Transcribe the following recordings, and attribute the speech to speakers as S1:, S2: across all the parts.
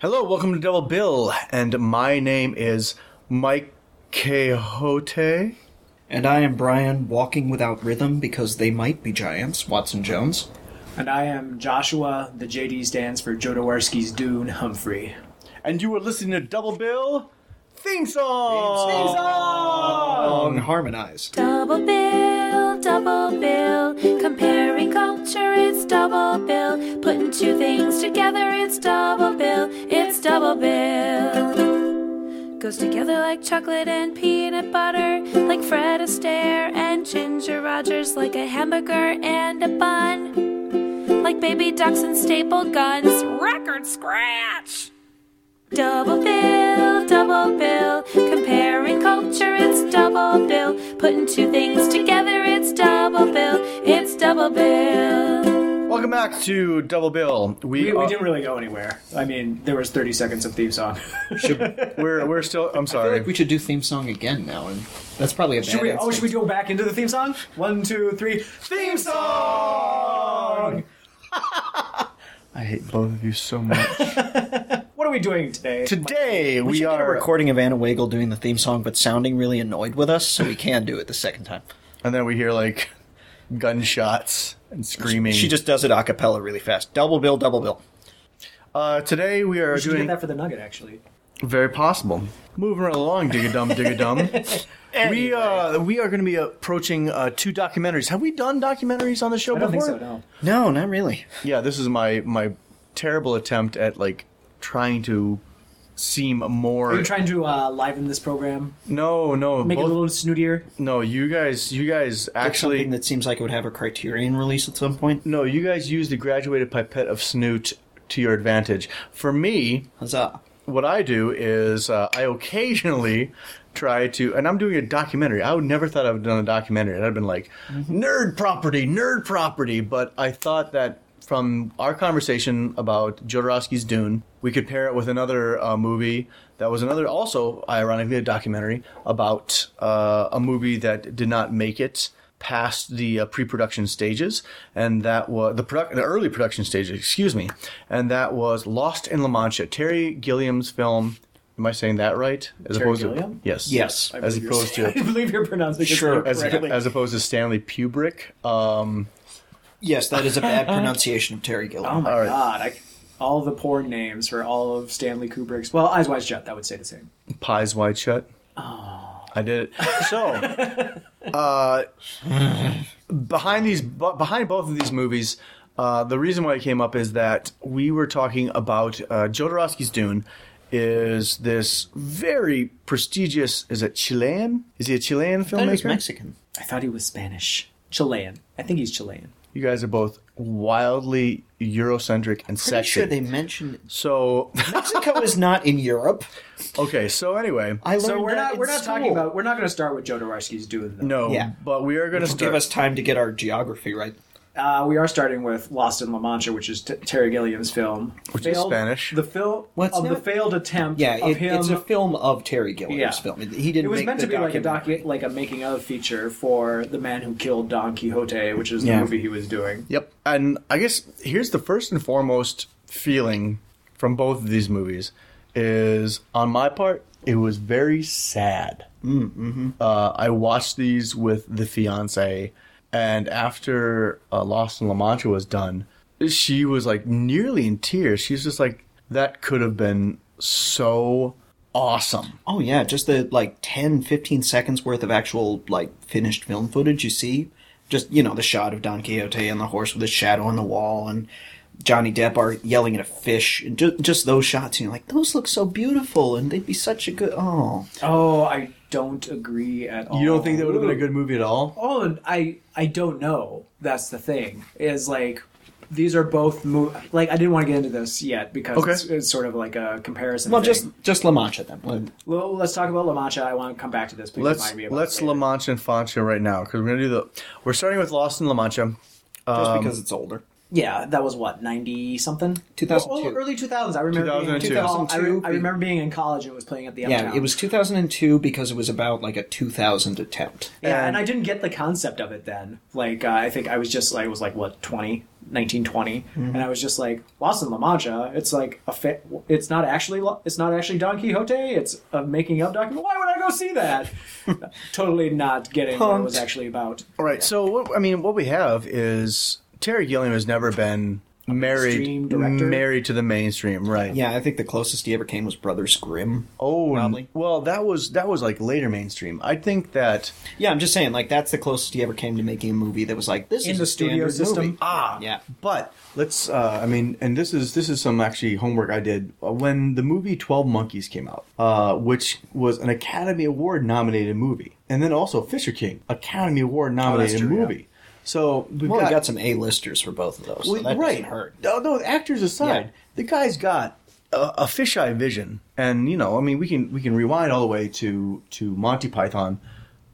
S1: Hello, welcome to Double Bill, and my name is Mike Quixote.
S2: And I am Brian, walking without rhythm because they might be giants, Watson Jones.
S3: And I am Joshua. The JD stands for Jodorowsky's Dune Humphrey.
S1: And you are listening to Double Bill Theme Song! Theme Song!
S2: Long harmonized.
S4: Double bill, double bill. Comparing culture, it's double bill. Putting two things together, it's double bill. It's double bill. Goes together like chocolate and peanut butter, like Fred Astaire and Ginger Rogers, like a hamburger and a bun, like baby ducks and staple guns. Record scratch! Double bill, double bill. Comparing culture, it's double bill. Putting two things together, it's double bill. It's double bill.
S1: Welcome back to Double Bill. We,
S3: We,
S1: are,
S3: we didn't really go anywhere. I mean, there was 30 seconds of theme song.
S1: we're, we're still. I'm
S2: I feel
S1: sorry.
S2: like we should do theme song again now, and that's probably a bad
S3: should we,
S2: instinct.
S3: oh, should we go back into the theme song? One, two, three. Theme song!
S1: I hate both of you so much.
S3: What are we doing today?
S1: Today we,
S2: We should get a
S1: are.
S2: recording of Anna Wagle doing the theme song, but sounding really annoyed with us, so we can do it the second time.
S1: and then we hear like gunshots and screaming.
S2: She just does it a cappella really fast. Double bill, double bill.
S1: Uh, today we are
S3: we should
S1: doing
S3: get that for the Nugget, actually.
S1: Very possible. Moving right along, digga dum, digga dum. we uh, we are going to be approaching uh, two documentaries. Have we done documentaries on the show
S3: I
S1: before?
S3: don't think so, no.
S2: No, not really.
S1: Yeah, this is my my terrible attempt at like trying to seem more.
S3: Are you trying to uh, liven this program?
S1: no, no,
S3: Make it
S1: both-
S3: a little snootier?
S1: no. You guys, you guys actually.
S2: Something that seems like it would have a Criterion release at some point.
S1: no, you guys used the graduated pipette of snoot to your advantage. For me,
S2: Huzzah!
S1: what I do is uh, I occasionally try to, and I'm doing a documentary. I would never thought I would have done a documentary. I'd have been like, nerd property, nerd property. But I thought that from our conversation about Jodorowsky's Dune, we could pair it with another uh, movie that was another, also ironically, a documentary about uh, a movie that did not make it past the uh, pre-production stages, and that was the product, the early production stages. Excuse me, and that was Lost in La Mancha, Terry Gilliam's film. Am I saying that right? As
S3: Terry
S1: opposed to
S3: Gilliam?
S1: yes,
S2: Yes. I
S1: as
S3: believe you're-
S1: opposed
S3: I
S1: to
S3: believe you're pronouncing
S2: Sure,
S3: it
S1: as,
S3: correctly.
S1: as opposed to Stanley Kubrick. Um,
S2: Yes, that is a bad pronunciation of Terry Gilliam.
S3: Oh my
S1: All right.
S3: god! I, all the porn names for all of Stanley Kubrick's. Well, Eyes Wide Shut. That would say the same.
S1: Pies wide shut. Oh. I did it. So, uh, behind these, bu- behind both of these movies, uh, the reason why it came up is that we were talking about uh, Jodorowsky's Dune. Is this very prestigious? Is it Chilean? Is he a Chilean
S2: I thought he was
S1: filmmaker?
S2: Mexican.
S3: I thought he was Spanish, Chilean. I think he's Chilean.
S1: You guys are both wildly Eurocentric and
S2: Pretty
S1: sexy.
S2: sure they mentioned
S1: so,
S2: Mexico is not in Europe.
S1: okay. So anyway,
S2: I learned
S3: So we're
S2: that
S3: not
S2: in
S3: we're not
S2: school.
S3: talking about we're not going to start with Jodorowsky's doing though.
S1: no,
S2: Yeah.
S1: but we are going to
S2: It'll give
S1: start.
S2: us time to get our geography right.
S3: Uh, we are starting with Lost in La Mancha, which is T- Terry Gilliam's film,
S1: Which is Spanish.
S3: The film
S2: What's
S3: of the
S2: not-
S3: failed attempt.
S2: Yeah,
S3: of
S2: it,
S3: him.
S2: it's a film of Terry Gilliam's
S3: Yeah.
S2: film. He didn't.
S3: it was
S2: make
S3: meant
S2: the
S3: to be like a
S2: document.
S3: docu- like a making of feature for the man who killed Don Quixote, which is the
S2: Yeah.
S3: movie he was doing.
S1: Yep. And I guess here's the first and foremost feeling from both of these movies is on my part, it was very sad. Uh, I watched these with the fiance, and after uh, Lost in La Mancha was done, she was like nearly in tears. She was just like, that could have been so awesome.
S2: Oh yeah, just the like 10, 15 seconds worth of actual like finished film footage you see. Just you know the shot of Don Quixote and the horse with his shadow on the wall, and Johnny Depp are yelling at a fish, and ju- just those shots. And you're like, those look so beautiful, and they'd be such a good. Oh,
S3: Oh, I don't agree at all.
S1: You don't think that would have been a good movie at all?
S3: all in- Oh, I I don't know. That's the thing. Is like these are both mo- like I didn't want to get into this yet because
S1: Okay.
S3: it's, it's sort of like a comparison.
S2: well,
S3: thing.
S2: just just La Mancha then.
S3: Well, let's talk about La Mancha. I want to come back to this. Please
S1: Let's
S3: remind me about
S1: let's
S3: it
S1: La
S3: later.
S1: Mancha and Fancha right now because we're gonna do the we're starting with Lost in La Mancha.
S2: Just because it's older.
S3: Yeah, that was what ninety something.
S2: 2002.
S3: Oh, early two thousands. I remember. being in
S1: 2002.
S3: college. I, re- I
S2: 2002.
S3: remember being in college and it was playing at the
S2: Yeah,
S3: uptown.
S2: it was 2002 because it was about like a 2000 attempt.
S3: Yeah, and,
S1: and-
S3: I didn't get the concept of it then. Like uh, I think I was just I was like what twenty 1920, and I was just like Lost in La Mancha. It's like a fa- it's not actually Lo- it's not actually Don Quixote. It's a making up document. Why would I go see that? totally not getting what it was
S2: Punked.
S3: actually about.
S1: All right. So what, I mean, what we have is Terry Gilliam has never been married
S3: mainstream director?
S1: married to the mainstream, right?
S2: Yeah, I think the closest he ever came was Brothers Grimm.
S1: Oh,
S2: Probably.
S1: well, that was that was like later mainstream. I think that
S2: Yeah, I'm just saying, like that's the closest he ever came to making a movie that was like this
S3: In
S2: is
S3: the
S2: a
S3: studio
S2: standard
S3: system?
S2: movie.
S1: ah,
S2: Yeah.
S1: But let's. Uh, I mean, and this is this is some actually homework I did Uh, when the movie Twelve Monkeys came out, uh, which was an Academy Award nominated movie, and then also Fisher King, Academy Award nominated
S3: true, yeah.
S1: movie. So we've
S2: Well, we
S1: got,
S2: got some A-listers for both of those, so
S1: Well,
S2: that
S1: right.
S2: doesn't hurt.
S1: No, no, actors aside,
S2: Yeah.
S1: the guy's got a, a fisheye vision, and you know, I mean, we can we can rewind all the way to to Monty Python,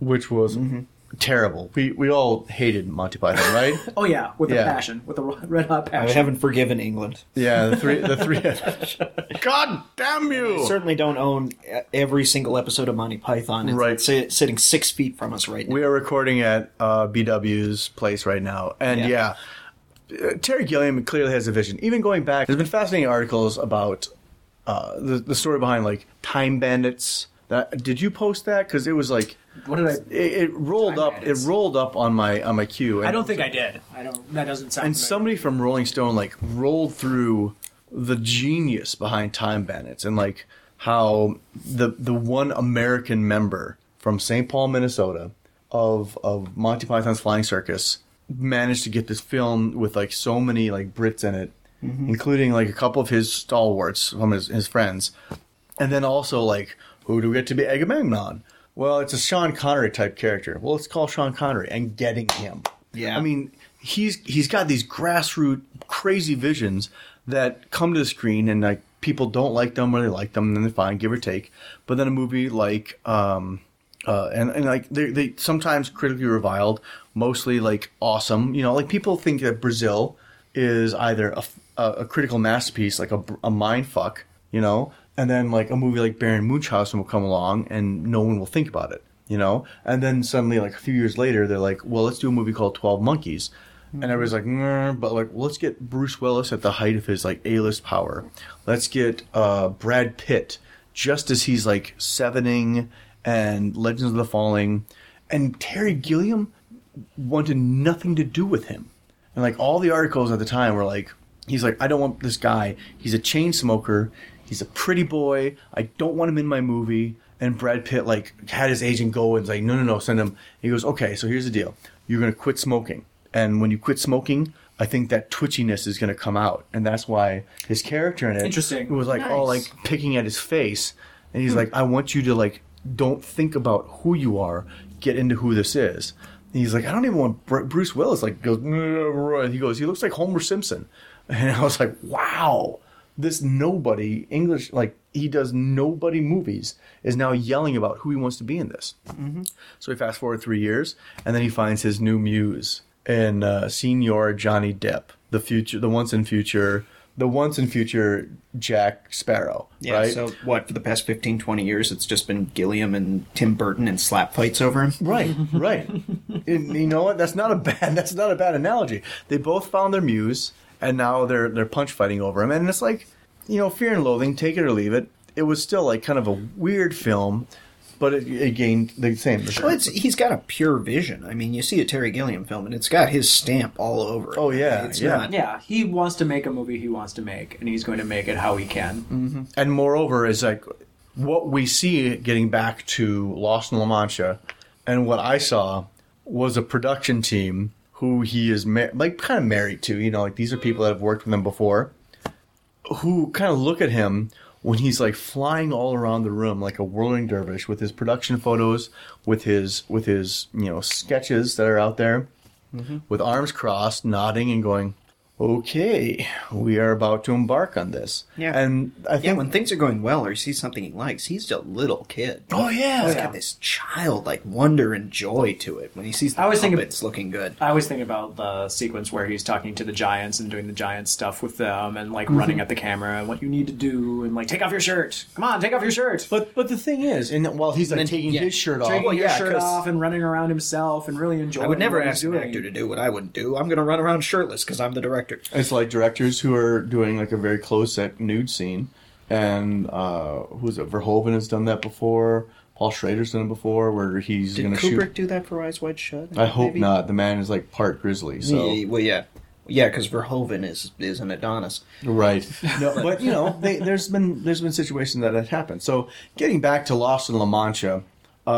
S1: which was
S2: Mm-hmm.
S1: terrible. We we all hated Monty Python, right?
S3: Oh yeah, with
S1: Yeah.
S3: a passion, with a red hot
S2: I
S3: passion.
S2: haven't forgiven England.
S1: yeah, the three the three. God damn
S2: We
S1: you!
S2: certainly don't own e- every single episode of Monty Python. It's
S1: Right.
S2: si- sitting six feet from us right now.
S1: We are recording at uh, BW's place right now, and yeah.
S2: Yeah.
S1: uh, Terry Gilliam clearly has a vision. Even going back, there's been fascinating articles about uh, the the story behind like time bandits. That, did you post that? Because it was like
S3: what did I?
S1: it, it rolled
S3: Time
S1: up.
S3: bandits.
S1: It rolled up on my on my queue. And,
S3: I don't think I did. I don't. That doesn't sound.
S1: And
S3: familiar.
S1: somebody from Rolling Stone like rolled through the genius behind Time Bandits and like how the the one American member from St. Paul, Minnesota, of of Monty Python's Flying Circus managed to get this film with like so many like Brits in it, including like a couple of his stalwarts from his, his friends, and then also like who do we get to be Agamemnon? Well, it's a Sean Connery type character. Well, let's call Sean Connery and getting him.
S2: Yeah.
S1: I mean, he's he's got these grassroots crazy visions that come to the screen and like people don't like them or they like them and then they fine give or take. But then a movie like um uh and, and like they they sometimes critically reviled, mostly like awesome. You know, like people think that Brazil is either a, f- a- a critical masterpiece, like a, br- a mind fuck, you know, and then like a movie like Baron Munchausen will come along and no one will think about it, you know, and then suddenly like a few years later they're like, well, let's do a movie called Twelve Monkeys, and everybody's like, "Nah," but like let's get Bruce Willis at the height of his like A list power, let's get uh, Brad Pitt just as he's like Sevening and Legends of the Falling, and Terry Gilliam wanted nothing to do with him. And like all the articles at the time were like, he's like, I don't want this guy. He's a chain smoker. He's a pretty boy. I don't want him in my movie. And Brad Pitt like had his agent go and was like, no, no, no, send him. he goes, okay, so here's the deal. You're gonna quit smoking. And when you quit smoking, I think that twitchiness is gonna come out, and that's why his character in it
S3: Interesting.
S1: was like all
S2: Nice.
S1: like picking at his face, and he's like, I want you to like don't think about who you are, get into who this is. And he's like, I don't even want Br- Bruce Willis. Like goes, he goes, he looks like Homer Simpson, and I was like, wow, this nobody English like he does nobody movies is now yelling about who he wants to be in this. So he fast forward three years, and then he finds his new muse in uh, Senior Johnny Depp, the future, the once in future, the once in future Jack Sparrow,
S2: Yeah,
S1: right?
S2: so what, for the past 15, 20 years, it's just been Gilliam and Tim Burton and slap fights over him?
S1: Right, right. And you know what? That's not a bad. That's not a bad analogy. They both found their muse, and now they're they're punch fighting over him. And it's like, you know, Fear and Loathing, take it or leave it. It was still like kind of a weird film, but it, it gained the same.
S2: Well, it's, he's got a pure vision. I mean, you see a Terry Gilliam film, and it's got his stamp all over it.
S1: Oh, yeah,
S2: It's
S1: yeah.
S2: not...
S3: Yeah, he wants to make a movie he wants to make, and he's going to make it how he can.
S1: and moreover is like what we see getting back to Lost in La Mancha, and what I saw was a production team who he is mar- like kind of married to. You know, like these are people that have worked with him before, who kind of look at him when he's like flying all around the room like a whirling dervish with his production photos, with his with his you know sketches that are out there, with arms crossed, nodding and going, okay, we are about to embark on this.
S2: Yeah.
S1: And I think
S2: Yeah, when things are going well or he sees something he likes, he's a little kid.
S1: Oh yeah.
S2: He's got this childlike wonder and joy to it when he sees the
S3: I always think of-
S2: puppets looking good.
S3: I always think about the sequence where he's talking to the giants and doing the giant stuff with them and like
S2: Mm-hmm.
S3: running at the camera and what you need to do and like take off your shirt. Come on, take off your shirt.
S1: But but the thing is, and while he's like
S2: Then-
S1: taking
S2: yeah.
S1: his shirt off,
S3: Taking
S2: well,
S3: your
S2: yeah,
S3: shirt
S2: 'cause-
S3: off and running around himself and really enjoying.
S2: I would never
S3: what he's
S2: ask an
S3: doing.
S2: actor to do what I wouldn't do. I'm going to run around shirtless because I'm the director.
S1: it's like directors who are doing like a very close up nude scene, and uh, who's it? Verhoeven has done that before. Paul Schrader's done it before, where he's
S2: Did
S1: going to
S2: Kubrick
S1: shoot.
S2: do that for Eyes Wide Shut?
S1: I hope
S2: maybe?
S1: not. The man is like part grizzly, so
S2: Yeah, well, yeah, yeah, because Verhoeven is is an Adonis.
S1: Right. No, but you know, they, there's been there's been situations that have happened. So getting back to Lost in La Mancha,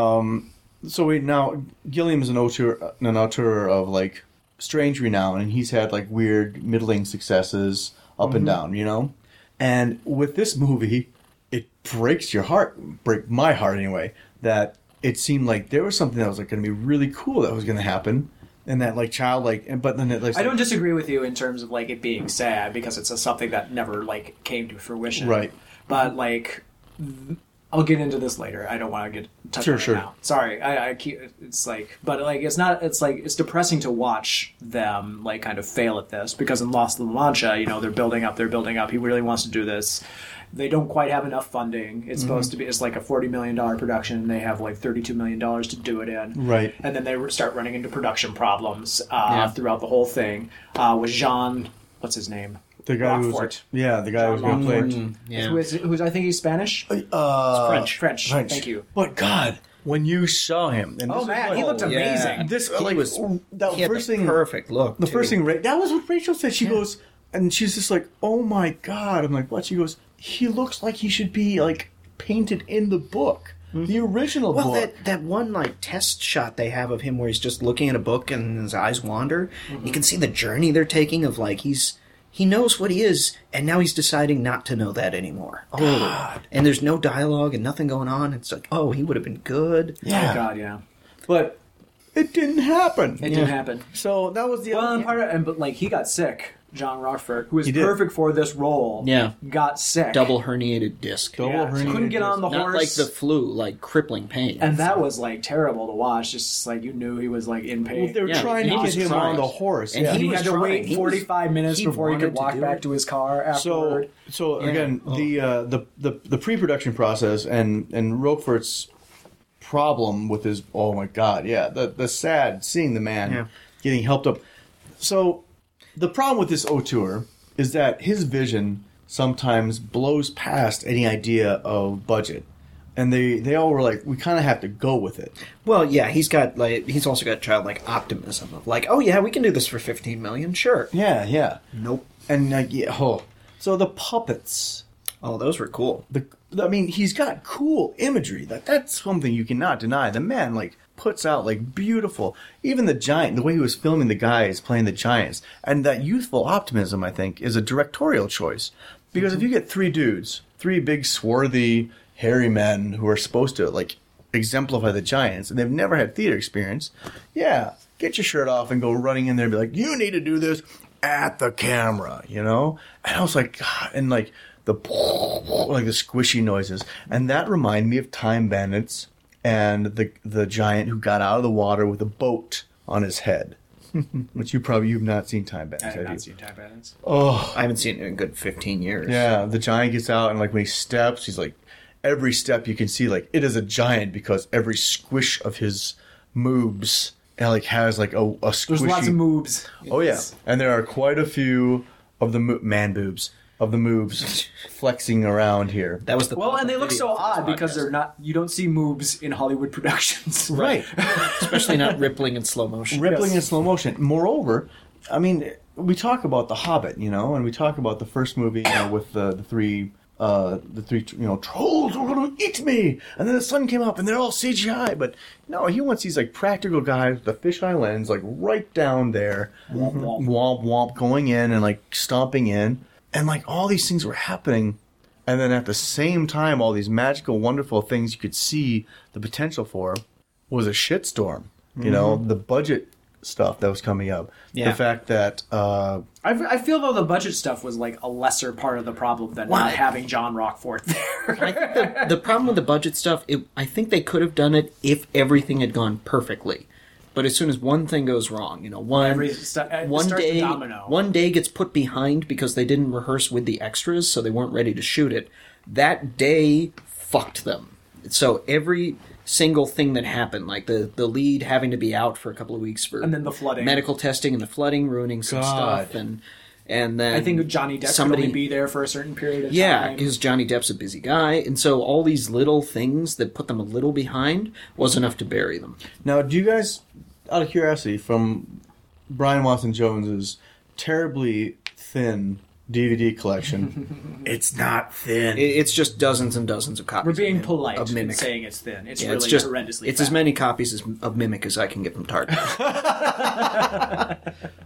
S1: um, so we now Gilliam is an auteur, an auteur of like strange renown, and he's had like weird middling successes up and down, you know. And with this movie, it breaks your heart, break my heart anyway, that it seemed like there was something that was like going to be really cool that was going to happen, and that like child like, and but then it like
S3: I don't disagree with you in terms of like it being sad because it's a, something that never like came to fruition.
S1: Right.
S3: But like, th- I'll get into this later. I don't want to get touch
S1: Sure,
S3: on it
S1: sure.
S3: now. Sorry, I, I keep. It's like, but like, it's not. It's like it's depressing to watch them like kind of fail at this because in Lost in La Mancha, you know, they're building up. They're building up. He really wants to do this. They don't quite have enough funding.
S1: Mm-hmm.
S3: It's supposed to be. It's like a forty million dollar production. and They have like thirty two million dollars to do it in.
S1: Right.
S3: And then they re- start running into production problems uh,
S2: Yeah.
S3: throughout the whole thing. Uh, was Jean, what's his name?
S1: the guy who was
S3: Rockfort.
S1: yeah the guy who was going to play.
S3: Rockfort. Who is, who's I think he's Spanish.
S1: Uh,
S3: French. French. Thank you.
S1: But God, when you saw him, and
S3: Oh
S1: this
S3: man,
S1: is
S3: he
S1: what-
S3: looked
S2: yeah.
S3: amazing.
S1: This
S2: He
S1: like oh,
S2: was-
S1: that
S2: He had
S1: first
S2: the
S1: thing.
S2: perfect look.
S1: The
S2: too.
S1: first thing Ra- that was what Rachel said. She goes, and she's just like, "Oh my God!" I'm like, "What?" She goes, "He looks like he should be like painted in the book, the original
S2: Well,
S1: book."
S2: that, that one like test shot they have of him where he's just looking at a book and his eyes wander. You can see the journey they're taking of like he's he knows what he is and now he's deciding not to know that anymore. Oh, and there's no dialogue and nothing going on. It's like oh he would have been good.
S1: yeah,
S3: Oh God, yeah. But
S1: it didn't happen.
S3: it didn't happen.
S1: So that was the
S3: Well,
S1: other
S3: and part of, and but like he got sick. John Rockford, who is
S1: did.
S3: perfect for this role,
S5: Yeah.
S3: got sick.
S2: herniated disc.
S1: Double
S3: Yeah, so
S1: herniated
S3: couldn't get on the
S5: Not
S3: horse.
S5: like the flu, like crippling pain.
S3: and that was like terrible to watch. It's Just like you knew he was like in pain.
S1: Well, they were
S5: Yeah,
S1: trying to
S5: he
S1: get
S5: was
S1: him
S5: trying.
S1: on the horse.
S2: And
S1: yeah.
S3: and he,
S2: he
S3: had
S2: was
S3: to
S2: trying.
S3: wait
S2: He was-
S3: 45 minutes
S2: he
S3: before he could
S2: wanted to
S3: walk
S2: do
S3: back
S2: it.
S3: to his car
S1: so
S3: afterward.
S1: so again the, uh, the the the pre-production process and and Roquefort's problem with his oh my god yeah the the sad seeing the man
S2: Yeah.
S1: getting helped up so the problem with this auteur is that his vision sometimes blows past any idea of budget and they they all were like we kind of have to go with it
S2: Well, yeah, he's got like he's also got childlike optimism of like oh yeah we can do this for fifteen million sure.
S1: yeah yeah
S2: Nope.
S1: and like yeah oh so the puppets
S2: Oh those were cool.
S1: the I mean, he's got cool imagery. Like that's something you cannot deny. The man like puts out like beautiful. Even the giant, the way he was filming the guys playing the giants, and that youthful optimism, I think, is a directorial choice. Because if you get three dudes, three big swarthy, hairy men who are supposed to like exemplify the giants, and they've never had theater experience, yeah, get your shirt off and go running in there and be like, you need to do this at the camera, you know? And I was like, God, and like the like the squishy noises, and that reminded me of Time Bandits and the the giant who got out of the water with a boat on his head. Which you probably you've not seen Time Bandits.
S3: I have
S1: have you?
S3: not seen Time Bandits.
S2: I haven't seen it in a good fifteen years.
S1: Yeah, the giant gets out, and like when he steps, he's like, every step you can see, like it is a giant because every squish of his moves, and, like has like a, a squishy.
S3: There's lots of moves.
S1: Oh yeah, and there are quite a few of the mo- man boobs of the moves flexing around here.
S2: That was the
S3: Well, and they look so
S2: video for this
S3: odd because
S2: podcast.
S3: they're not. You don't see moves in Hollywood productions,
S1: right,
S5: Especially not rippling in slow motion.
S1: rippling
S3: Yes.
S1: in slow motion. Moreover, I mean, we talk about the Hobbit, you know, and we talk about the first movie you know, with the, the three. Uh, the three, you know, trolls are going to eat me, and then the sun came up, and they're all CGI. But no, he wants these like practical guys with a fisheye lens, like right down there, womp
S3: womp.
S1: womp, going in and like stomping in, and like all these things were happening, and then at the same time, all these magical, wonderful Mm-hmm. things you could see the potential for was a shitstorm. You know, the budget stuff that was coming up.
S6: Yeah.
S1: The fact that uh,
S3: I, I feel though the budget stuff was like a lesser part of the problem than
S2: Why?
S3: not having John Rockfort there.
S2: I think the, the problem with the budget stuff, it, I think they could have done it if everything had gone perfectly. But as soon as one thing goes wrong, you know, one
S3: Every stu- it
S2: one
S3: starts to
S2: day
S3: domino.
S2: one day gets put behind because they didn't rehearse with the extras, so they weren't ready to shoot it. That day fucked them. So every single thing that happened, like the the lead having to be out for a couple of weeks for
S3: And then the flooding.
S2: medical testing, and the flooding ruining some
S1: God.
S2: stuff, and and then
S3: I think Johnny Depp
S2: somebody
S3: could only be there for a certain period of
S2: yeah,
S3: time.
S2: because Johnny Depp's a busy guy, and so all these little things that put them a little behind was enough to bury them.
S1: Now, do you guys, out of curiosity, from Brian Watson Jones's terribly thin DVD collection, it's not thin.
S2: It, it's just dozens and dozens of copies.
S3: We're being
S2: of Mim-
S3: polite
S2: of
S3: and
S2: Mimic.
S3: saying it's thin. It's
S2: Yeah,
S3: really
S2: it's just
S3: horrendously.
S2: It's
S3: fat.
S2: as many copies as, of Mimic as I can get from Target.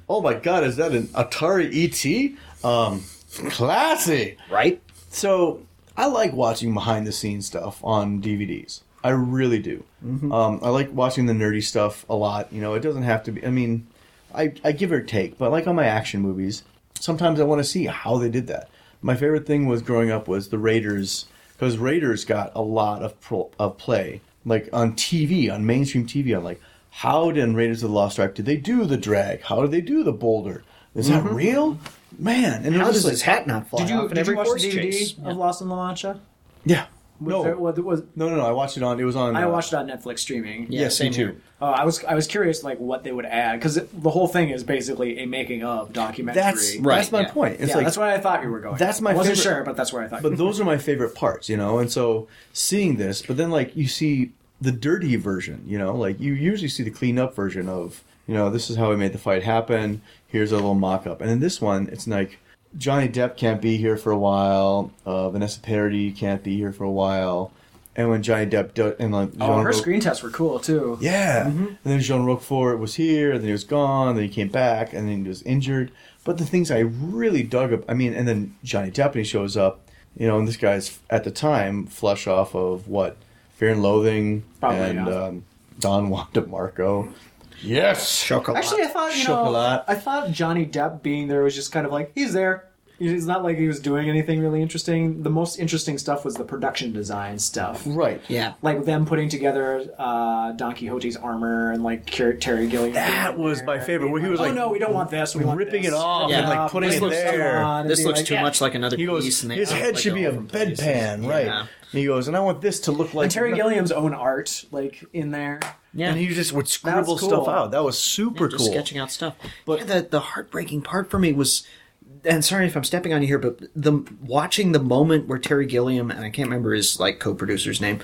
S1: oh my god, is that an Atari ET? Um, classy.
S2: right?
S1: So I like watching behind the scenes stuff on DVDs. I really do.
S6: Mm-hmm.
S1: Um, I like watching the nerdy stuff a lot. You know, it doesn't have to be. I mean, I, I give or take, but like on my action movies, sometimes I want to see how they did that. My favorite thing was growing up was the Raiders because Raiders got a lot of pro, of play like on TV on mainstream TV. I'm like, how did in Raiders of the Lost Ark did they do the drag? How did they do the boulder? Is that real? Man, and it
S6: Mm-hmm. How
S1: was
S6: does
S1: like,
S6: his hat not fly
S3: Did you,
S6: off in
S3: did you
S6: every
S3: watch
S6: horse
S3: the DVD
S6: chase?
S3: of Lost in La Mancha?
S1: yeah.
S3: Was
S1: no,
S3: there- was- was-
S1: No, no, no. I watched it on. It was on.
S3: I
S1: uh,
S3: watched it on Netflix streaming.
S2: Yeah, same
S1: too.
S2: here.
S3: Uh, I was I was curious like what they would add because the whole thing is basically a making of documentary.
S1: That's
S2: Right,
S1: that's my
S2: yeah.
S1: point. It's
S3: yeah,
S1: like,
S3: that's where I thought you were going.
S1: That's my
S3: I wasn't
S1: favorite-
S3: sure, but that's where I thought.
S1: but those are my favorite parts, you know. And so seeing this, but then like you see the dirty version, you know, like you usually see the cleaned up version of, you know, this is how we made the fight happen. Here's a little mock up, and in this one, it's like Johnny Depp can't be here for a while. Uh, Vanessa Paradis can't be here for a while. And when Johnny Depp do, and like
S3: oh,
S1: Jean
S3: her
S1: Ro-
S3: screen tests were cool too.
S1: Yeah.
S2: Mm-hmm.
S1: And then Jean Roquefort was here, and then he was gone, then he came back, and then he was injured. But the things I really dug up, I mean, and then Johnny Depp, and he shows up, you know, and this guy's, at the time, flush off of what? Fear and Loathing
S3: Probably
S1: and
S3: not.
S1: um, Don Juan DeMarco. Yes!
S2: Chocolate.
S3: Actually, I thought you know,
S1: Chocolat.
S3: I thought Johnny Depp being there was just kind of like he's there. It's not like he was doing anything really interesting. The most interesting stuff was the production design stuff.
S1: Right.
S2: yeah.
S3: Like them putting together uh, Don Quixote's armor and like Ker- Terry Gilliam.
S1: That was my favorite, where he was
S3: oh
S1: like
S3: no, we don't want this. We want
S1: ripping
S3: this.
S1: it off
S2: Yeah.
S1: and like putting
S3: This
S1: it
S3: looks
S1: there.
S3: on and
S2: This
S3: being
S2: looks
S3: like,
S2: too
S3: yeah.
S2: much like another
S1: He
S2: piece.
S1: goes,
S2: and they
S1: his
S2: all
S1: head
S2: look
S1: should
S2: like
S1: be a
S2: all over the place.
S1: bedpan, right?
S2: Yeah.
S1: And he goes, and I want this to look like
S3: And Terry Gilliam's own art, like in there.
S2: Yeah.
S1: And he just would scribble
S3: cool.
S1: stuff out. That was super
S2: just
S1: cool.
S2: sketching out stuff. But the the heartbreaking part for me was, and sorry if I'm stepping on you here, but the watching the moment where Terry Gilliam and I can't remember his like co-producer's name,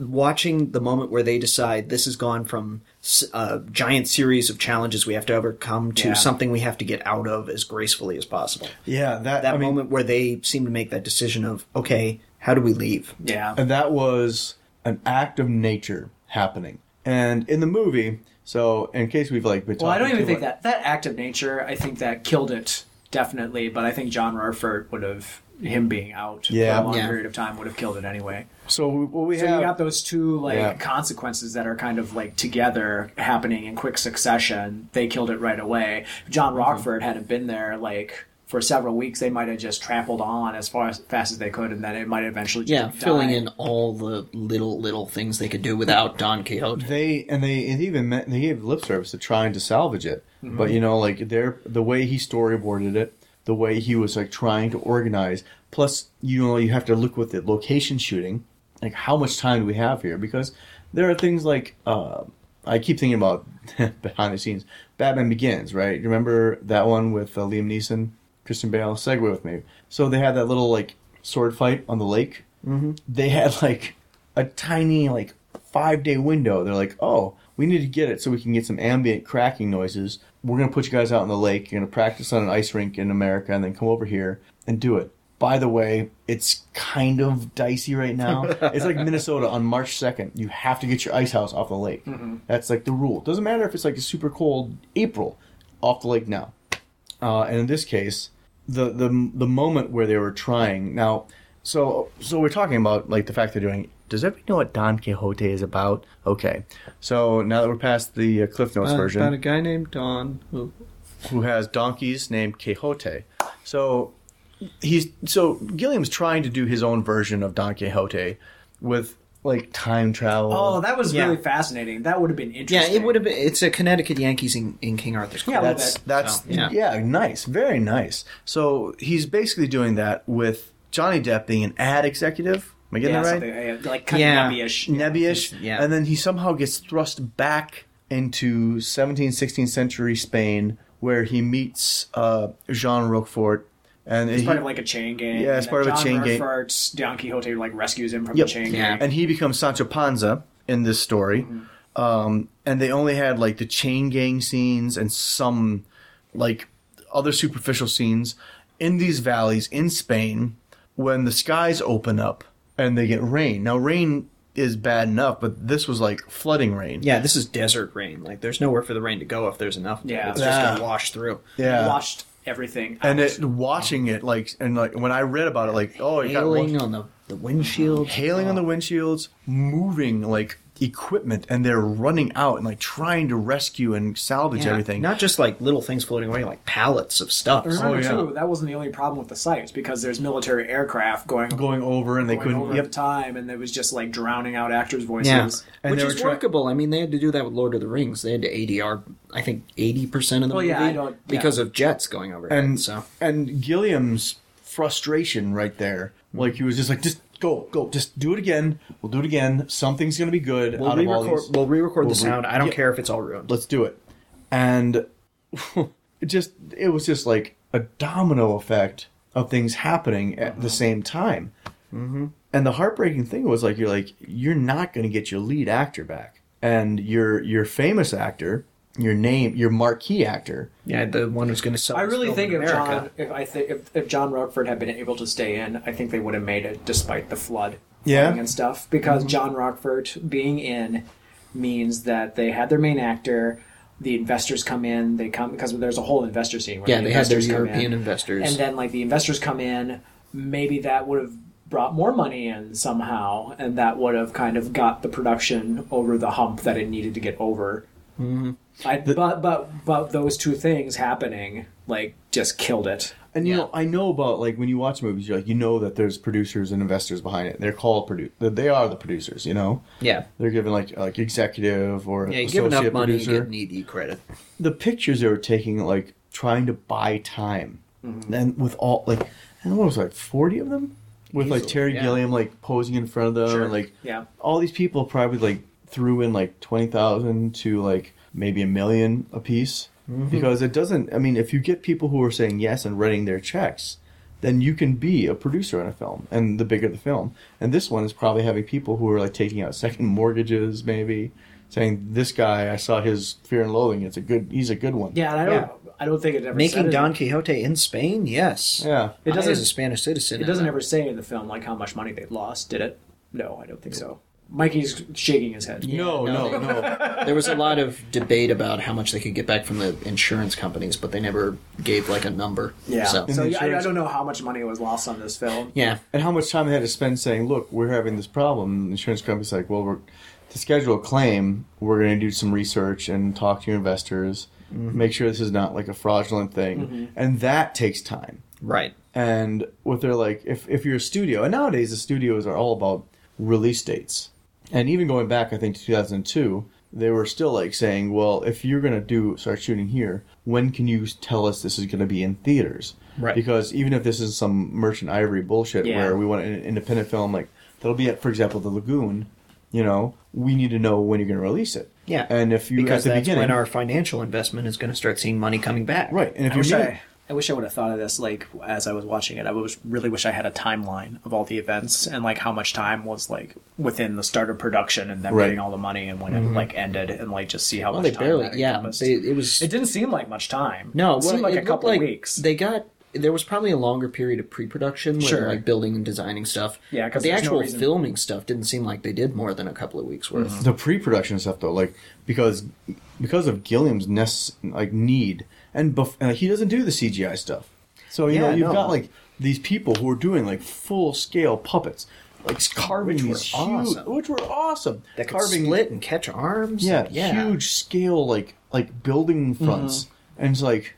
S2: watching the moment where they decide this has gone from s- a giant series of challenges we have to overcome to
S3: Yeah.
S2: something we have to get out of as gracefully as possible.
S1: Yeah, that,
S2: That
S1: I mean,
S2: moment where they seem to make that decision of okay, how do we leave?
S3: Yeah.
S1: and that was an act of nature happening. And in the movie, so in case we've like been
S3: Well, I don't
S1: talking
S3: even
S1: too
S3: think
S1: much-
S3: that that act of nature. I think that killed it definitely. But I think John Rarford would have him being out
S1: Yeah.
S3: for a long
S2: Yeah.
S3: period of time would have killed it anyway.
S1: So we- what we
S3: So
S1: have,
S3: you got those two like
S1: Yeah.
S3: consequences that are kind of like together happening in quick succession. They killed it right away. If John
S1: Mm-hmm.
S3: Rockford hadn't been there like for several weeks, they might have just trampled on as far as fast as they could, and then it might eventually just
S2: Yeah,
S3: die.
S2: filling in all the little little things they could do without Don Quixote.
S1: they and they and even meant, they gave lip service to trying to salvage it. But you know, like their the way he storyboarded it, the way he was like trying to organize. Plus, you know, you have to look with it location shooting. Like, how much time do we have here? Because there are things like uh, I keep thinking about behind the scenes. Batman Begins, right? You remember that one with uh, Liam Neeson, Christian Bale? Segue with me. So they had that little like sword fight on the lake. Mm-hmm. They had like a tiny like five day window. They're like, oh, we need to get it so we can get some ambient cracking noises. We're gonna put you guys out in the lake. You're gonna practice on an ice rink in America, and then come over here and do it. By the way, it's kind of dicey right now. it's like Minnesota on March 2nd. You have to get your ice house off the lake. That's like the rule. Doesn't matter if it's like a super cold April, off the lake now. Uh, and in this case, the, the the moment where they were trying now, So, so we're talking about like the fact they're doing. Does everybody know what Don Quixote is about? Okay, so now that we're past the uh, Cliff Notes version,
S2: About a guy named Don who
S1: who has donkeys named Quixote. So he's so Gilliam's trying to do his own version of Don Quixote with like time travel.
S3: Oh, that was
S2: Yeah.
S3: really fascinating. That would have been
S2: Yeah,
S3: interesting.
S2: it would have been. It's a Connecticut Yankees in, in King Arthur's Court.
S3: Yeah, well,
S1: that's
S3: bit.
S1: that's
S2: So,
S1: yeah.
S2: Oh, yeah.
S1: nice, very nice. So he's basically doing that with Johnny Depp being an ad executive. Am I getting
S3: yeah,
S1: that right?
S3: something, uh, like kind
S2: Yeah.
S3: of nebbyish.
S1: Nebbyish,
S2: Yeah.
S1: and then he somehow gets thrust back into 17th, 16th century Spain, where he meets uh, Jean Roquefort, and
S3: It's
S1: he-
S3: part of like a chain gang.
S1: Yeah, it's
S3: and
S1: part of a
S3: John
S1: chain gang.
S3: Burfart's Don Quixote like rescues him from
S1: Yep.
S3: the chain
S2: Yeah.
S3: gang.
S1: and he becomes Sancho Panza in this story.
S2: Mm-hmm.
S1: Um, and they only had like the chain gang scenes and some like other superficial scenes in these valleys in Spain when the skies open up and they get rain. Now rain is bad enough, but this was like flooding rain.
S2: Yeah, this is desert rain. Like, there's nowhere for the rain to go if there's enough. of it.
S3: Yeah.
S2: it's just
S1: Yeah.
S2: gonna wash through.
S1: Yeah.
S3: Washed everything.
S1: and
S3: out.
S1: it, watching it like and like when I read about it, like oh, it got
S2: Hailing Oh. on the the windshield.
S1: hailing on the windshields, moving like equipment, and they're running out and like trying to rescue and salvage
S2: Yeah.
S1: everything.
S2: Not just like little things floating away, like pallets of stuff.
S3: Remember
S1: Oh, yeah.
S3: too, that wasn't the only problem with the sites because there's military aircraft going
S1: going over and they
S3: going over
S1: couldn't.
S3: at
S1: Yep.
S3: the time, and it was just like drowning out actors' voices.
S2: Yeah,
S1: And
S2: which
S1: they
S2: is
S1: were try-
S2: workable. I mean, they had to do that with Lord of the Rings. They had to ADR, I think, eighty percent of the
S3: Well,
S2: movie
S3: yeah, I don't- yeah.
S2: because of jets going over.
S1: And
S2: so
S1: and Gilliam's frustration right there,
S2: Hmm.
S1: like he was just like, just go, go, just do it again. We'll do it again. Something's gonna be good
S2: we'll
S1: out of all
S2: re-record.
S1: these.
S2: We'll re-record
S1: We'll
S2: the
S1: re-
S2: sound. I don't
S1: Yeah.
S2: care if it's all ruined.
S1: Let's do it. And it just it was just like a domino effect of things happening at the same time. Mm-hmm. And the heartbreaking thing was like you're like you're not gonna get your lead actor back, and your your famous actor, your name, your marquee actor.
S2: yeah, the one who's going to sell.
S3: I
S2: us
S3: really
S2: over
S3: think
S2: in
S3: if
S2: America.
S3: John, if I think if, if John Rockford had been able to stay in, I think they would have made it despite the flood,
S1: Yeah.
S3: flooding and stuff. Because John Rockford being in means that they had their main actor. The investors come in. They come because there's a whole investor scene. Where
S2: Yeah,
S3: the
S2: they had their
S3: investors come in.
S2: European investors.
S3: and then like the investors come in maybe that would have brought more money in somehow and that would have kind of got the production over the hump that it needed to get over mm-hmm. I, but but but those two things happening like just killed it
S1: And you
S2: Yeah.
S1: know, I know about like when you watch movies, you're like you know that there's producers and investors behind it. They're called produ- that they are the producers. You know,
S2: yeah,
S1: they're given like like executive or
S2: yeah, you give
S1: associate
S2: enough money, you
S1: producer.
S2: get an ED credit.
S1: The pictures they were taking, like trying to buy time,
S2: Mm-hmm.
S1: and with all like, and what was it, like forty of them, with like
S2: Easily,
S1: Terry
S2: yeah.
S1: Gilliam like posing in front of them, and like
S3: yeah
S1: all these people probably like threw in like 20,000 to like maybe a million a piece because it doesn't I mean if you get people who are saying yes and writing their checks then you can be a producer on a film and the bigger the film and this one is probably having people who are like taking out second mortgages maybe saying this guy I saw his fear and loathing it's a good he's a good one
S3: yeah and I don't I don't think it ever said
S2: Making
S3: it-
S2: Don Quixote in Spain, yes.
S1: yeah
S3: it
S2: I, as a
S3: doesn't
S2: Spanish citizen,
S3: it doesn't ever say in the film like how much money they lost did it no I don't think so Mikey's shaking his head
S1: no no
S2: no,
S1: no
S2: There was a lot of debate about how much they could get back from the insurance companies, but they never gave like a number.
S3: yeah
S2: So,
S3: so, yeah, I, I
S1: Insurance-
S3: don't know how much money was lost on this film
S2: yeah.
S1: and how much time they had to spend saying, "Look, we're having this problem." And the insurance company's like, "Well, we're to schedule a claim, we're going to do some research and talk to your investors, make sure this is not like a fraudulent thing." And that takes time.
S2: Right.
S1: And what they're like, if if you're a studio, and nowadays the studios are all about release dates, and even going back, I think to 2002, they were still like saying, "Well, if you're going to do start shooting here, when can you tell us this is going to be in theaters?"
S2: Right.
S1: Because even if this is some merchant ivory bullshit
S3: Yeah.
S1: where we want an independent film, like that'll be at, for example, the Lagoon, you know, we need to know when you're going to release it.
S2: Yeah.
S1: And if you
S2: because
S1: at the
S2: that's
S1: beginning,
S2: when our financial investment is going to start seeing money coming back.
S1: right, and if
S3: I
S1: you're
S3: wish
S1: meeting-
S3: I, I wish I would have thought of this like as I was watching it. I was really wish I had a timeline of all the events and like how much time was like within the start of production and then
S1: Right.
S3: getting all the money and when it like ended and like just see how
S2: Well,
S3: much
S2: they
S3: time
S2: barely.
S3: that
S2: Yeah.
S3: encompassed.
S2: They, it was.
S3: it didn't seem like much time. it
S2: no. Well,
S3: seemed like
S2: it
S3: a
S2: looked
S3: couple
S2: like
S3: of weeks.
S2: They got. There was probably a longer period of pre-production, where
S3: Sure.
S2: they're, like building and designing stuff.
S3: Yeah, 'cause
S2: but the
S3: there's no
S2: actual
S3: reason-
S2: filming stuff didn't seem like they did more than a couple of weeks worth.
S1: the pre-production stuff though like because because of gilliam's ness like need and, bef- and he doesn't do the cgi stuff so you
S2: Yeah,
S1: know you've
S2: no.
S1: got like these people who were doing like full scale puppets,
S3: Mm-hmm.
S1: like carving
S2: Which were
S1: these huge,
S2: awesome.
S1: which were awesome.
S2: that could
S1: carving
S2: split and catch arms.
S1: yeah,
S2: and- yeah. Mm-hmm.
S1: huge scale like like building fronts and it's like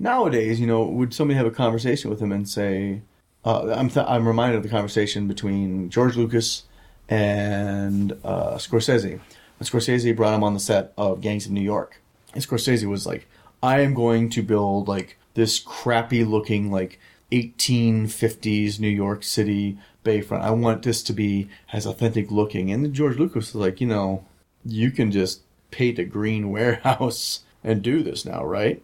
S1: nowadays you know would somebody have a conversation with him and say uh, i'm th- i'm reminded of the conversation between george lucas and uh, scorsese and scorsese brought him on the set of gangs of new york and scorsese was like i am going to build like this crappy looking like 1850s New York City Bayfront. I want this to be as authentic looking. And then George Lucas was like, you know, you can just paint a green warehouse and do this now, right?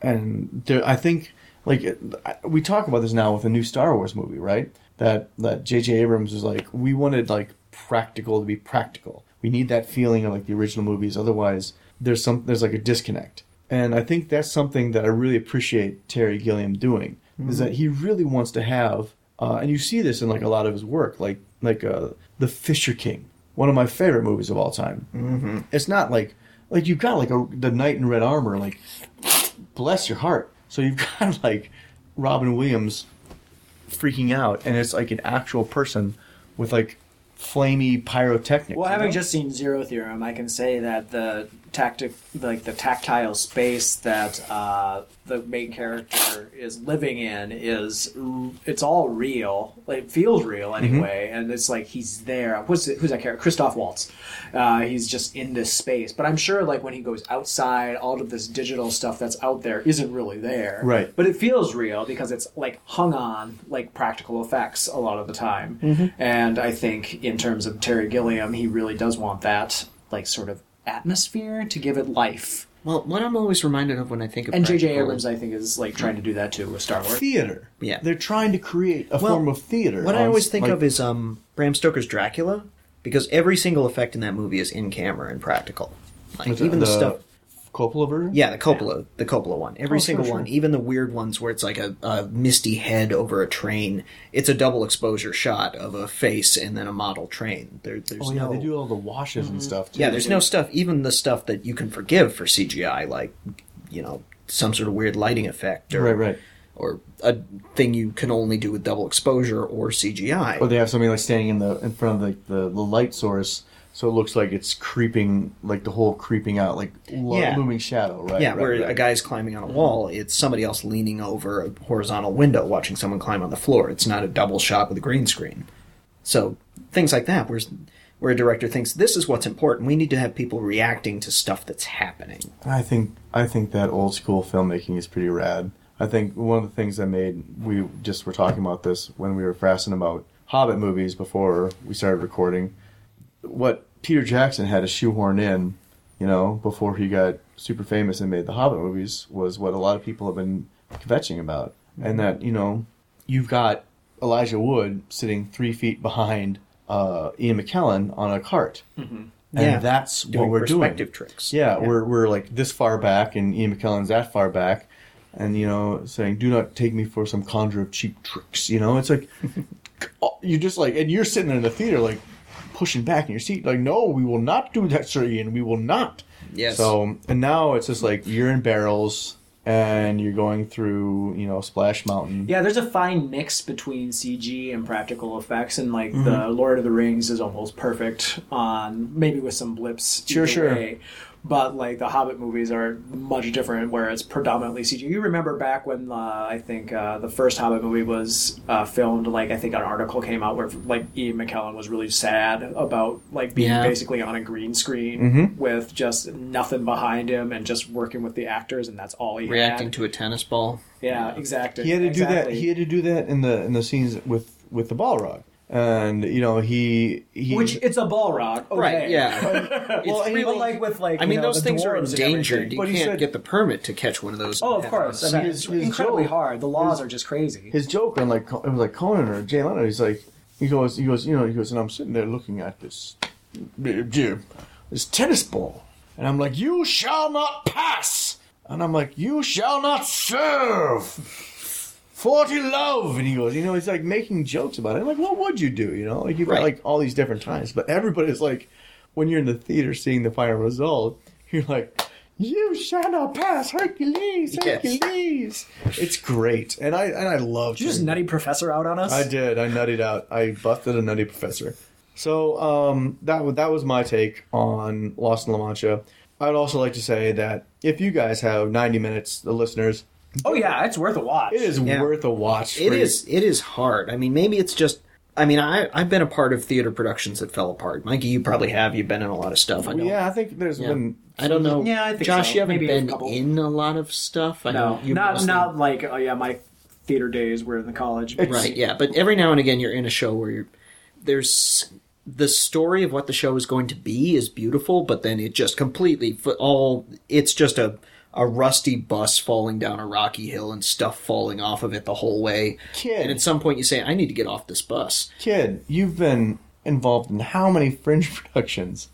S1: And there, I think, like, it- I- we talk about this now with a new Star Wars movie, right? That that J.J. Abrams was like, we wanted like practical to be practical. We need that feeling of like the original movies. Otherwise, there's some there's like a disconnect. And I think that's something that I really appreciate Terry Gilliam doing is that he really wants to have, uh, and you see this in like a lot of his work, like like uh, the Fisher King, one of my favorite movies of all time. Mm-hmm. It's not like like you've got like a the knight in red armor, like bless your heart. So you've got like Robin Williams freaking out, and it's like an actual person with like flamey pyrotechnics.
S3: Well,
S1: you
S3: having
S1: know?
S3: just seen Zero Theorem, I can say that the tactic, like the tactile space that uh, the main character is living in, is it's all real. It feels real anyway, and it's like he's there. What's it, who's that character? Christoph Waltz. Uh, he's just in this space. But I'm sure, like when he goes outside, all of this digital stuff that's out there isn't really there.
S1: Right.
S3: But it feels real because it's like hung on like practical effects a lot of the time. And I think in terms of Terry Gilliam, he really does want that like sort of atmosphere to give it life.
S2: Well, what I'm always reminded of when I think of
S3: And J.J.
S2: practical-
S3: Abrams, I think, is like trying to do that too with Star Wars.
S1: theater.
S2: Yeah.
S1: They're trying to create a form of theater.
S2: What I
S1: on-
S2: always think
S1: like-
S2: of is um, Bram Stoker's Dracula, because every single effect in that movie is in camera and practical. Like
S1: What's that,
S2: even the, stuff.
S1: Coppola version?
S2: Yeah, the Coppola, the Coppola one. Every
S1: Oh, sure,
S2: single
S1: sure.
S2: one, even the weird ones where it's like a, a misty head over a train. It's a double exposure shot of a face and then a model train. There, there's
S1: Oh, yeah,
S2: no.
S1: they do all the washes and stuff. Too.
S2: Mm-hmm. yeah, there's no stuff. Even the stuff that you can forgive for CGI, like you know, some sort of weird lighting effect, or
S1: Right, right.
S2: or a thing you can only do with double exposure or CGI.
S1: Or they have somebody like standing in the in front of the, the, the light source, so it looks like it's creeping, like the whole creeping out, like lo-
S2: Yeah.
S1: looming shadow, right?
S2: Yeah,
S1: right,
S2: where
S1: right.
S2: a guy's climbing on
S3: Mm-hmm.
S2: a wall, it's somebody else leaning over a horizontal window watching someone climb on the floor. It's not a double shot with a green screen. So things like that, where where a director thinks this is what's important. We need to have people reacting to stuff that's happening.
S1: I think I think that old school filmmaking is pretty rad. I think one of the things I made we just were talking about this when we were frassing about Hobbit movies before we started recording. What Peter Jackson had to shoehorn in, you know, before he got super famous and made the Hobbit movies was what a lot of people have been kvetching about. And that, you know, you've got Elijah Wood sitting three feet behind uh, Ian McKellen on a cart. And
S2: Yeah.
S1: that's what
S2: Doing
S1: we're doing.
S2: perspective tricks.
S1: Yeah, we're we're like this far back, and Ian McKellen's that far back, and you know, saying, "Do not take me for some conjurer of cheap tricks." You know, it's like you're just like, and you're sitting there in the theater, like pushing back in your seat, like, "No, we will not do that, Sir Ian. We will not."
S2: Yes.
S1: So and now it's just like you're in barrels, and you're going through, you know, Splash Mountain.
S3: Yeah, there's a fine mix between CG and practical effects, and like the
S2: Mm-hmm.
S3: Lord of the Rings is almost perfect on maybe with some blips.
S1: Sure,
S3: either
S1: sure.
S3: way. But like the Hobbit movies are much different, where it's predominantly CG. You remember back when uh, I think uh, the first Hobbit movie was uh, filmed. Like I think an article came out where like Ian McKellen was really sad about like being
S2: Yeah. Mm-hmm.
S3: basically on a green screen with just nothing behind him and just working with the actors, and that's all he
S2: Reacting
S3: had.
S2: to a tennis ball.
S3: yeah, exactly.
S1: He had to do
S3: exactly.
S1: that. He had to do that in the in the scenes with with the Balrog, and you know, he he
S3: Which it's a Balrog, okay.
S2: Right, yeah.
S3: Well,
S2: It's
S3: I mean, but like with like,
S2: I
S3: you
S2: mean,
S3: know, the
S2: those things are
S3: dwarves and
S2: endangered.
S3: everything.
S2: You
S1: But he
S2: can't
S1: said-
S2: get the permit to catch one of those.
S3: Oh, of course, I mean,
S1: His-
S3: it's
S1: his
S3: incredibly
S1: joke-
S3: hard. The laws are just crazy.
S1: his joke on like it was like Conan or Jay Leno. He's like, he goes, he goes, you know, he goes, and I'm sitting there looking at this, this tennis ball, and I'm like, you shall not pass, and I'm like, you shall not serve. Forty love, and he goes, you know, he's like making jokes about it. I'm like, what would you do? You know, like you've got
S2: Right.
S1: like all these different times, but everybody's like, when you're in the theater seeing the final result, you're like, "You shall not pass, Hercules,
S2: Yes.
S1: Hercules." It's great, and I and I love.
S3: you just nutty professor out on us?
S1: I did. I nutted out. I busted a nutty professor. So um, that wa- that was my take on Lost in La Mancha. I would also like to say that if you guys have 90 minutes, the listeners,
S3: Oh yeah, it's worth a watch.
S1: it is
S2: Yeah.
S1: worth a watch.
S2: It
S1: for-
S2: is. It is hard. I mean, maybe it's just. I mean, I I've been a part of theater productions that fell apart. Mikey, you probably have. You've been in a lot of stuff. I know.
S1: Yeah, I think there's
S2: Yeah.
S1: been.
S2: I don't know.
S3: Yeah, I think
S2: Josh,
S3: so.
S2: you haven't
S3: Maybe a
S2: been
S3: couple.
S2: in a lot of stuff. I
S3: No,
S2: know you
S3: not
S2: mostly-
S3: not like oh yeah, my theater days were in the college.
S2: right. Yeah, but every now and again, you're in a show where you're there's the story of what the show is going to be is beautiful, but then it just completely fo- all it's just a a rusty bus falling down a rocky hill and stuff falling off of it the whole way.
S1: Kid.
S2: And at some point, you say, "I need to get off this bus."
S1: Kid, you've been involved in how many fringe productions?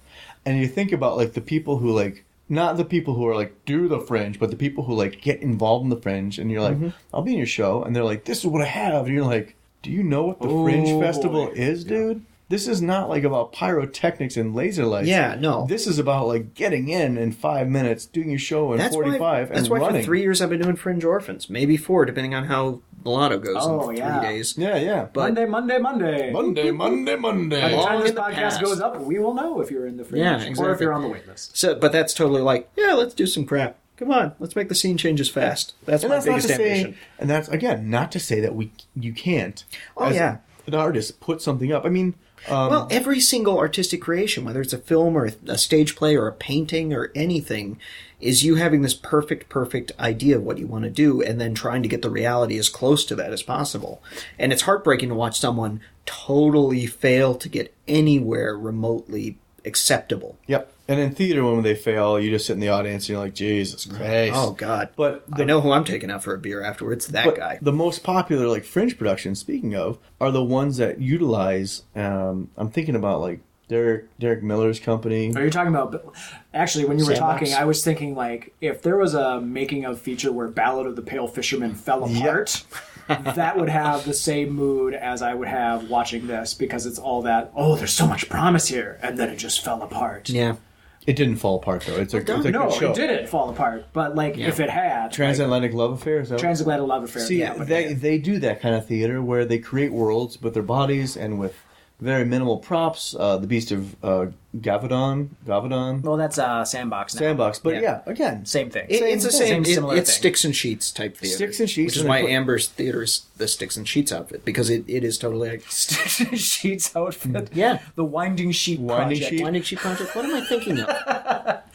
S1: And you think about like the people who like not the people who are like do the fringe, but the people who like get involved in the fringe and you're like,
S2: Mm-hmm.
S1: I'll be in your show and they're like, This is what I have and you're like, Do you know what the fringe
S3: Oh,
S1: festival
S3: boy.
S1: is, dude? This is not like about pyrotechnics and laser lights.
S2: Yeah, no.
S1: This is about like getting in in five minutes, doing your show in
S2: That's
S1: forty
S2: why.
S1: five, and
S2: that's why
S1: running.
S2: for three years I've been doing Fringe Orphans, maybe four, depending on how the lotto goes.
S3: Oh,
S2: in three
S3: yeah.
S2: days.
S1: Yeah, yeah.
S2: But-
S3: Monday, Monday, Monday.
S1: Monday, Monday,
S3: By the
S1: Monday.
S2: Long
S3: time this
S2: in the
S3: podcast
S2: past.
S3: goes up, we will know if you're in the free
S2: Yeah,
S3: list or if
S2: exactly.
S3: you're on the wait list.
S2: So, but that's totally like, yeah, let's do some crap. Come on, let's make the scene changes fast. That's
S1: and
S2: my
S1: that's not
S2: biggest
S1: to
S2: ambition.
S1: say, and that's again not to say that we you can't.
S2: Oh, yeah.
S1: an artist put something up. I mean, um,
S2: Well, every single artistic creation, whether it's a film or a stage play or a painting or anything, is you having this perfect, perfect idea of what you want to do and then trying to get the reality as close to that as possible. And it's heartbreaking to watch someone totally fail to get anywhere remotely acceptable.
S1: yep. And in theater, when they fail, you just sit in the audience and you're like, Jesus Christ.
S2: Oh, God.
S1: But
S2: I know who I'm taking out for a beer afterwards. That
S1: but
S2: guy.
S1: the most popular like fringe productions, speaking of, are the ones that utilize. Um, I'm thinking about like Derek Derek Miller's company.
S3: Are you talking about? Actually, when you were
S2: Sandbox?
S3: talking, I was thinking like if there was a making of feature where Ballad of the Pale Fisherman fell apart, that would have the same mood as I would have watching this because it's all that. Oh, there's so much promise here, and then it just fell apart.
S2: yeah.
S1: It didn't fall apart though. It's a, it's a
S3: No,
S1: good show.
S3: it didn't fall apart, but like if it had, like,
S1: Transatlantic Love Affair. Is that what-
S3: transatlantic love affair.
S1: See,
S3: yeah, but-
S1: they they do that kind of theater where they create worlds with their bodies and with very minimal props. Uh, the Beast of uh, Gavadon, Gavadon,
S3: well, that's uh, sandbox. Now.
S1: Sandbox. But
S2: Yeah.
S1: yeah, again,
S3: Same thing.
S2: It- it's the same.
S3: Same
S2: it-
S3: similar
S2: it's
S3: thing.
S2: sticks and sheets type theater.
S1: Sticks and sheets
S2: which is
S1: and
S2: why
S1: they put-
S2: Amber's theater is the sticks and sheets outfit because it, it is totally like
S3: sheets outfit.
S2: Yeah.
S3: the winding sheet.
S1: Winding
S3: project.
S1: sheet.
S2: Winding Sheet Project. What am I thinking of?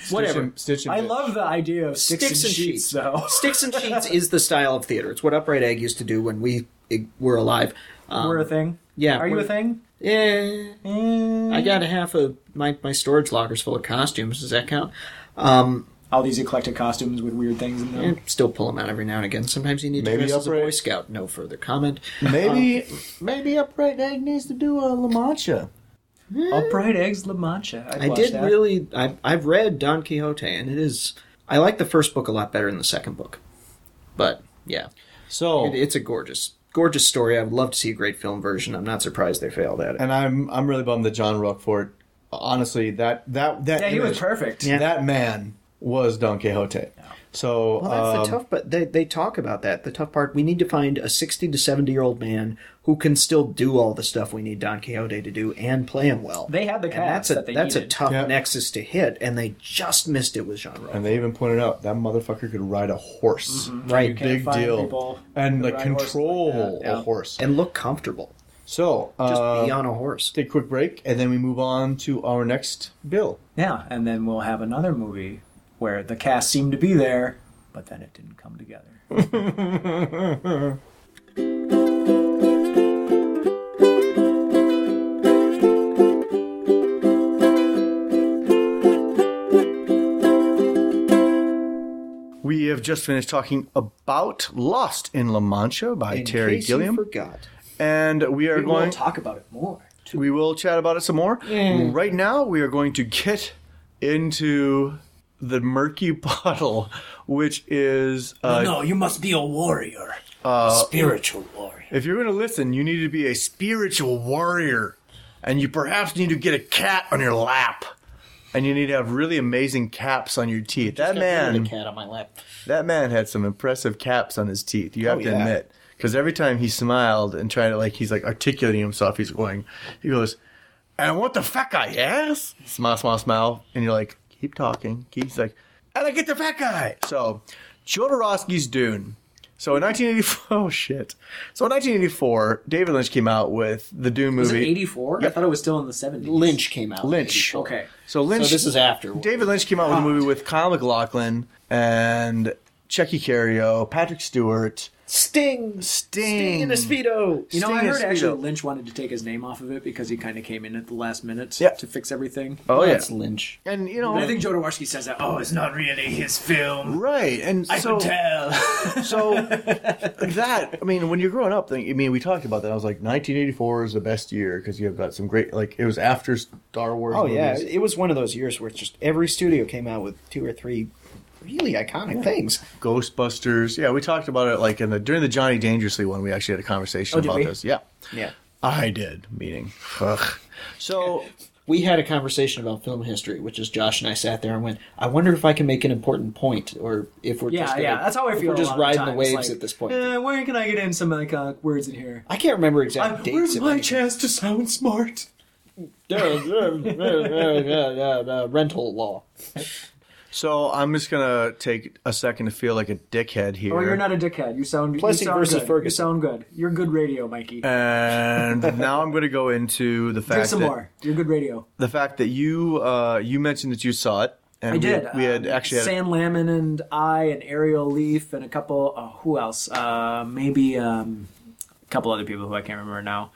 S2: Whatever.
S1: Stitch and
S3: I
S1: Bitch.
S3: love the idea of sticks, and, sheets, though.
S2: sticks and sheets is the style of theater. It's what Upright Egg used to do when we it, were alive. Um,
S3: we're a thing.
S2: yeah,
S3: Are you a
S2: we're-
S3: thing?
S2: eh, I got a half of my my storage lockers full of costumes. Does that count? Um,
S3: All these eclectic costumes with weird things in them.
S2: and still pull them out every now and again. Sometimes you need to
S1: Maybe
S2: dress as a
S1: Upright-
S2: Boy Scout. No further comment.
S1: Maybe
S3: Um,
S1: maybe Upright Egg needs to do a La Mancha.
S3: Upright eggs La Mancha. I'd
S2: I
S3: watch
S2: did
S3: that.
S2: really. I've, I've read Don Quixote, and it is. I like the first book a lot better than the second book. But yeah,
S1: So
S2: it, it's a gorgeous, gorgeous story. I would love to see a great film version. I'm not surprised they failed at it.
S1: and I'm I'm really bummed that John Rockfort. Honestly, that that that
S3: Yeah, he was
S1: image-
S3: perfect.
S1: That man was Don Quixote. So
S2: Well, that's
S1: um,
S2: the tough. But they they talk about that. The tough part. We need to find a 60 to 70 year old man who can still do all the stuff we need Don Quixote to do and play him well.
S3: They had the
S2: and that's
S3: cast
S2: a
S3: that they
S2: that's a
S3: needed.
S2: tough
S1: Yeah.
S2: nexus to hit, and they just missed it with Jean Reno.
S1: and they even pointed out that motherfucker could ride a horse.
S2: Right.
S3: You can't
S1: Big
S3: find
S1: deal.
S3: people
S1: And
S3: that
S1: like
S3: ride horses like that.
S1: control a
S3: Yeah.
S1: horse.
S2: and look comfortable.
S1: So,
S2: Just
S1: uh,
S2: be on a horse.
S1: take a quick break, and then we move on to our next bill.
S3: Yeah, and then we'll have another movie where the cast seemed to be there, but then it didn't come together.
S1: We have just finished talking about Lost in La Mancha by
S2: In
S1: Terry
S2: case you
S1: Gilliam,
S2: forgot.
S1: and we are
S3: We
S1: going.
S3: will talk about it more. too.
S1: we will chat about it some more. Right now, we are going to get into the murky puddle, which is uh,
S7: no, you must be a warrior. spiritual warrior.
S1: If you're going to listen, you need to be a spiritual warrior, and you perhaps need to get a cat on your lap. and you need to have really amazing caps on your teeth. That
S8: Got rid of the
S1: man,
S8: cat on my lap. Oh,
S1: that man had some impressive caps on his teeth. You have to
S2: yeah.
S1: admit, because every time he smiled and tried to like, he's like articulating himself. He's going, he goes, "And what the fuck I ass?" Smile, smile, smile, and you're like, keep talking. He's like, "And I get the fat guy." So, Jodorowsky's Dune. So in 1984, oh shit. So in 1984, David Lynch came out with the Dune movie.
S3: Was it 84? I thought it was still in the 70s.
S8: Lynch came out. in
S1: Lynch.
S8: 84.
S3: Okay.
S1: So
S8: So
S1: Lynch.
S8: this is after.
S1: David Lynch came out with a movie with Kyle MacLachlan and Checky Cario, Patrick Stewart,
S2: Sting.
S1: Sting.
S2: speedo.
S3: You know,
S1: Sting
S3: I
S1: and
S3: heard actually
S1: Speedo.
S3: Lynch wanted to take his name off of it because he kind of came in at the last minute
S1: Yeah.
S3: to fix everything.
S1: Oh yeah,
S8: That's Lynch.
S1: and you
S3: And I
S1: know,
S3: think Jodorowsky says that. Oh, it's not really his film.
S1: right, and
S3: I
S1: so
S3: can tell.
S1: so that I mean, when you're growing up, I mean, we talked about that. I was like, 1984 is the best year because you've got some great, like, it was after Star Wars.
S2: Oh yeah,
S1: movies.
S2: it was one of those years where it's just every studio came out with two or three really iconic things.
S1: Ghostbusters. Yeah, we talked about it like in the during the Johnny Dangerously one. We actually had a conversation
S3: Oh, did
S1: about
S3: we?
S1: this. Yeah,
S2: Yeah.
S1: I did. Meaning, ugh. so
S8: We had a conversation about film history, which is Josh and I sat there and went, "I wonder if I can make an important point, or if we're
S3: Yeah,
S8: just gonna-
S3: yeah, that's how I
S8: if
S3: feel
S8: We're
S3: a
S8: just
S3: lot of
S8: riding the
S3: times,
S8: waves
S3: like-
S8: at this point."
S3: Eh, where can I get in some like uh, words in here?
S2: I can't remember exact
S3: I-
S2: dates.
S3: where's
S2: of
S3: my
S2: any-
S3: chance to sound smart?
S8: rental law.
S1: So I'm just gonna take a second to feel like a dickhead here.
S3: Oh, you're not a dickhead. You sound.
S2: Plessy
S3: you sound
S2: versus
S3: good. You
S2: Ferguson.
S3: sound good. You're good radio, Mikey.
S1: Uh, And now I'm gonna go into the
S3: Drink
S1: fact
S3: some
S1: that
S3: more. You're good radio.
S1: the fact that you uh, you mentioned that you saw it, and
S3: I
S1: we
S3: did.
S1: had, we had
S3: Um,
S1: actually had
S3: Sam Lamon and I and Ariel Leaf and a couple. Oh, who else? Uh, maybe um, a couple other people who I can't remember now.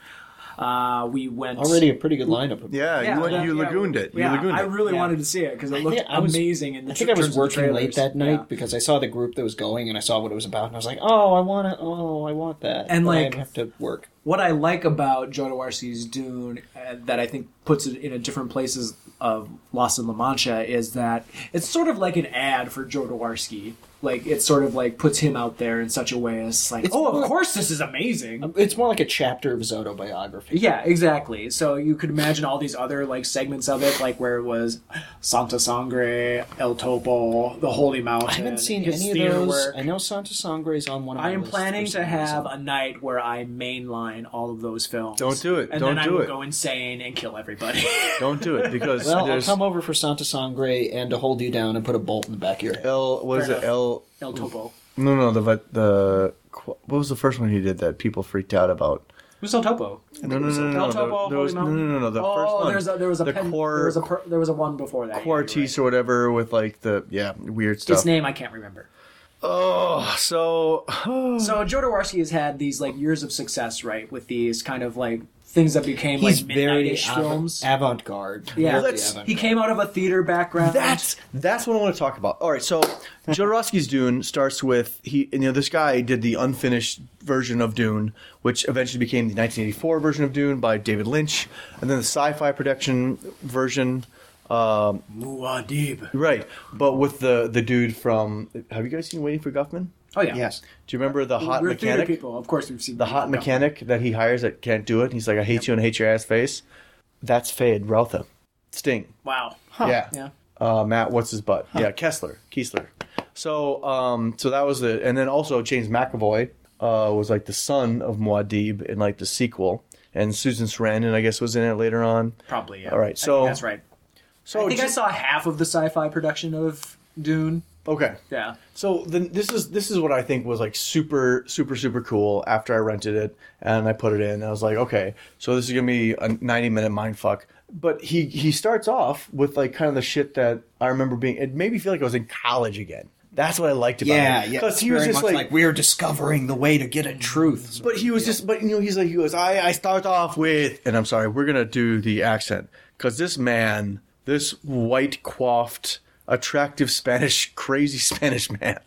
S3: Uh, we went
S8: Already a pretty good lineup. Of
S1: yeah, you went, you
S3: yeah,
S1: lagooned it.
S3: yeah,
S1: you lagooned
S3: I
S1: it.
S3: really
S8: Yeah.
S3: wanted to see it because it
S8: I
S3: looked
S8: think I was-
S3: amazing. In the
S8: I think I
S3: terms
S8: was
S3: of the
S8: working
S3: trailers.
S8: late that night
S3: Yeah.
S8: because I saw the group that was going and I saw what it was about and I was like, "Oh, I want to. Oh, I want that."
S3: And,
S8: But
S3: like-
S8: I have to work.
S3: what I like about Jodorowsky's Dune uh, that I think puts it in a different places of Lost in La Mancha is that it's sort of like an ad for Jodorowsky. Like it sort of like puts him out there in such a way as like, oh, of course this is amazing.
S8: It's more like a chapter of his autobiography.
S3: Yeah, exactly. So you could imagine all these other like segments of it, like where it was Santa Sangre, El Topo, the Holy Mountain.
S8: I haven't seen
S3: his
S8: any of
S3: theater
S8: those.
S3: work.
S8: I know Santa Sangre is on one of.
S3: I
S8: my
S3: am
S8: lists for
S3: planning to
S8: some
S3: have
S8: reason.
S3: a night where I mainline all of those films.
S1: Don't do it.
S3: And
S1: Don't
S3: then
S1: do
S3: I will
S1: it.
S3: go insane and kill everybody.
S1: Don't do it because
S8: Well, I'll
S1: there's
S8: come over for Santa Sangre and to hold you down and put a bolt in the back of your head.
S1: L. What is
S3: Fair
S1: it? L.
S3: El Topo.
S1: No, no. The vi- the qu- what was the first one he did that people freaked out about?
S3: Who's El Topo?
S1: No, no, no, no, no.
S3: El Topo,
S1: the- there
S3: Holy
S1: was- No,
S3: Mountain?
S1: no, no, no. The
S3: oh,
S1: first one.
S3: there's a, there was a
S1: the
S3: pen,
S1: quar-
S3: there was a per, there was a one before that.
S1: Quartice
S3: Yeah,
S1: or whatever with like the yeah weird
S3: you're right.
S1: stuff.
S3: Its name I can't remember.
S1: Oh, so
S3: So Jodorowsky has had these like years of success, right, with these kind of like things that became
S8: He's
S3: like
S8: very
S3: midnight-ish
S8: avant-
S3: films.
S8: avant-garde.
S3: yeah,
S8: Very
S1: that's-
S3: he
S8: avant-garde.
S3: came out of a theater background.
S1: That's that's what I want to talk about. All right, so Jodorowsky's Dune starts with he you know this guy did the unfinished version of Dune, which eventually became the 1984 version of Dune by David Lynch, and then the sci-fi production version. um,
S7: Muad'Dib.
S1: Right, but with the the dude from have you guys seen Waiting for Guffman?
S3: oh yeah,
S2: Yes.
S1: Do you remember the hot
S3: We're theater
S1: mechanic?
S3: people, of course. We've seen
S1: The hot mechanic that he hires that can't do it. And he's like, I hate you and I hate your ass face. That's Fade Routha, Sting.
S3: Wow.
S1: Yeah.
S3: Yeah.
S1: uh, Matt, what's his butt? Yeah, Kessler, Kessler. So, um, so that was the, and then also James McAvoy uh, was like the son of Muad'Dib in like the sequel, and Susan Sarandon, I guess, was in it later on.
S3: Probably. Yeah.
S1: All right,
S3: I think
S1: so-
S3: that's right.
S1: So,
S3: I think I
S1: ju-
S3: saw half of the sci-fi production of Dune.
S1: okay.
S3: Yeah.
S1: So then this is this is what I think was like super super super cool after I rented it and I put it in. I was like, okay, so this is gonna be a ninety minute mind fuck. But he he starts off with like kind of the shit that I remember being. It made me feel like I was in college again. That's what I liked about
S2: Yeah,
S1: it.
S2: yeah.
S1: Because he
S2: Very
S1: was just
S2: much
S1: like,
S2: we're discovering the way to get at truth.
S1: but he was just, but you know, he's like, he goes, I I start off with, and I'm sorry, we're gonna do the accent because this man, this white coiffed, attractive Spanish, crazy Spanish man,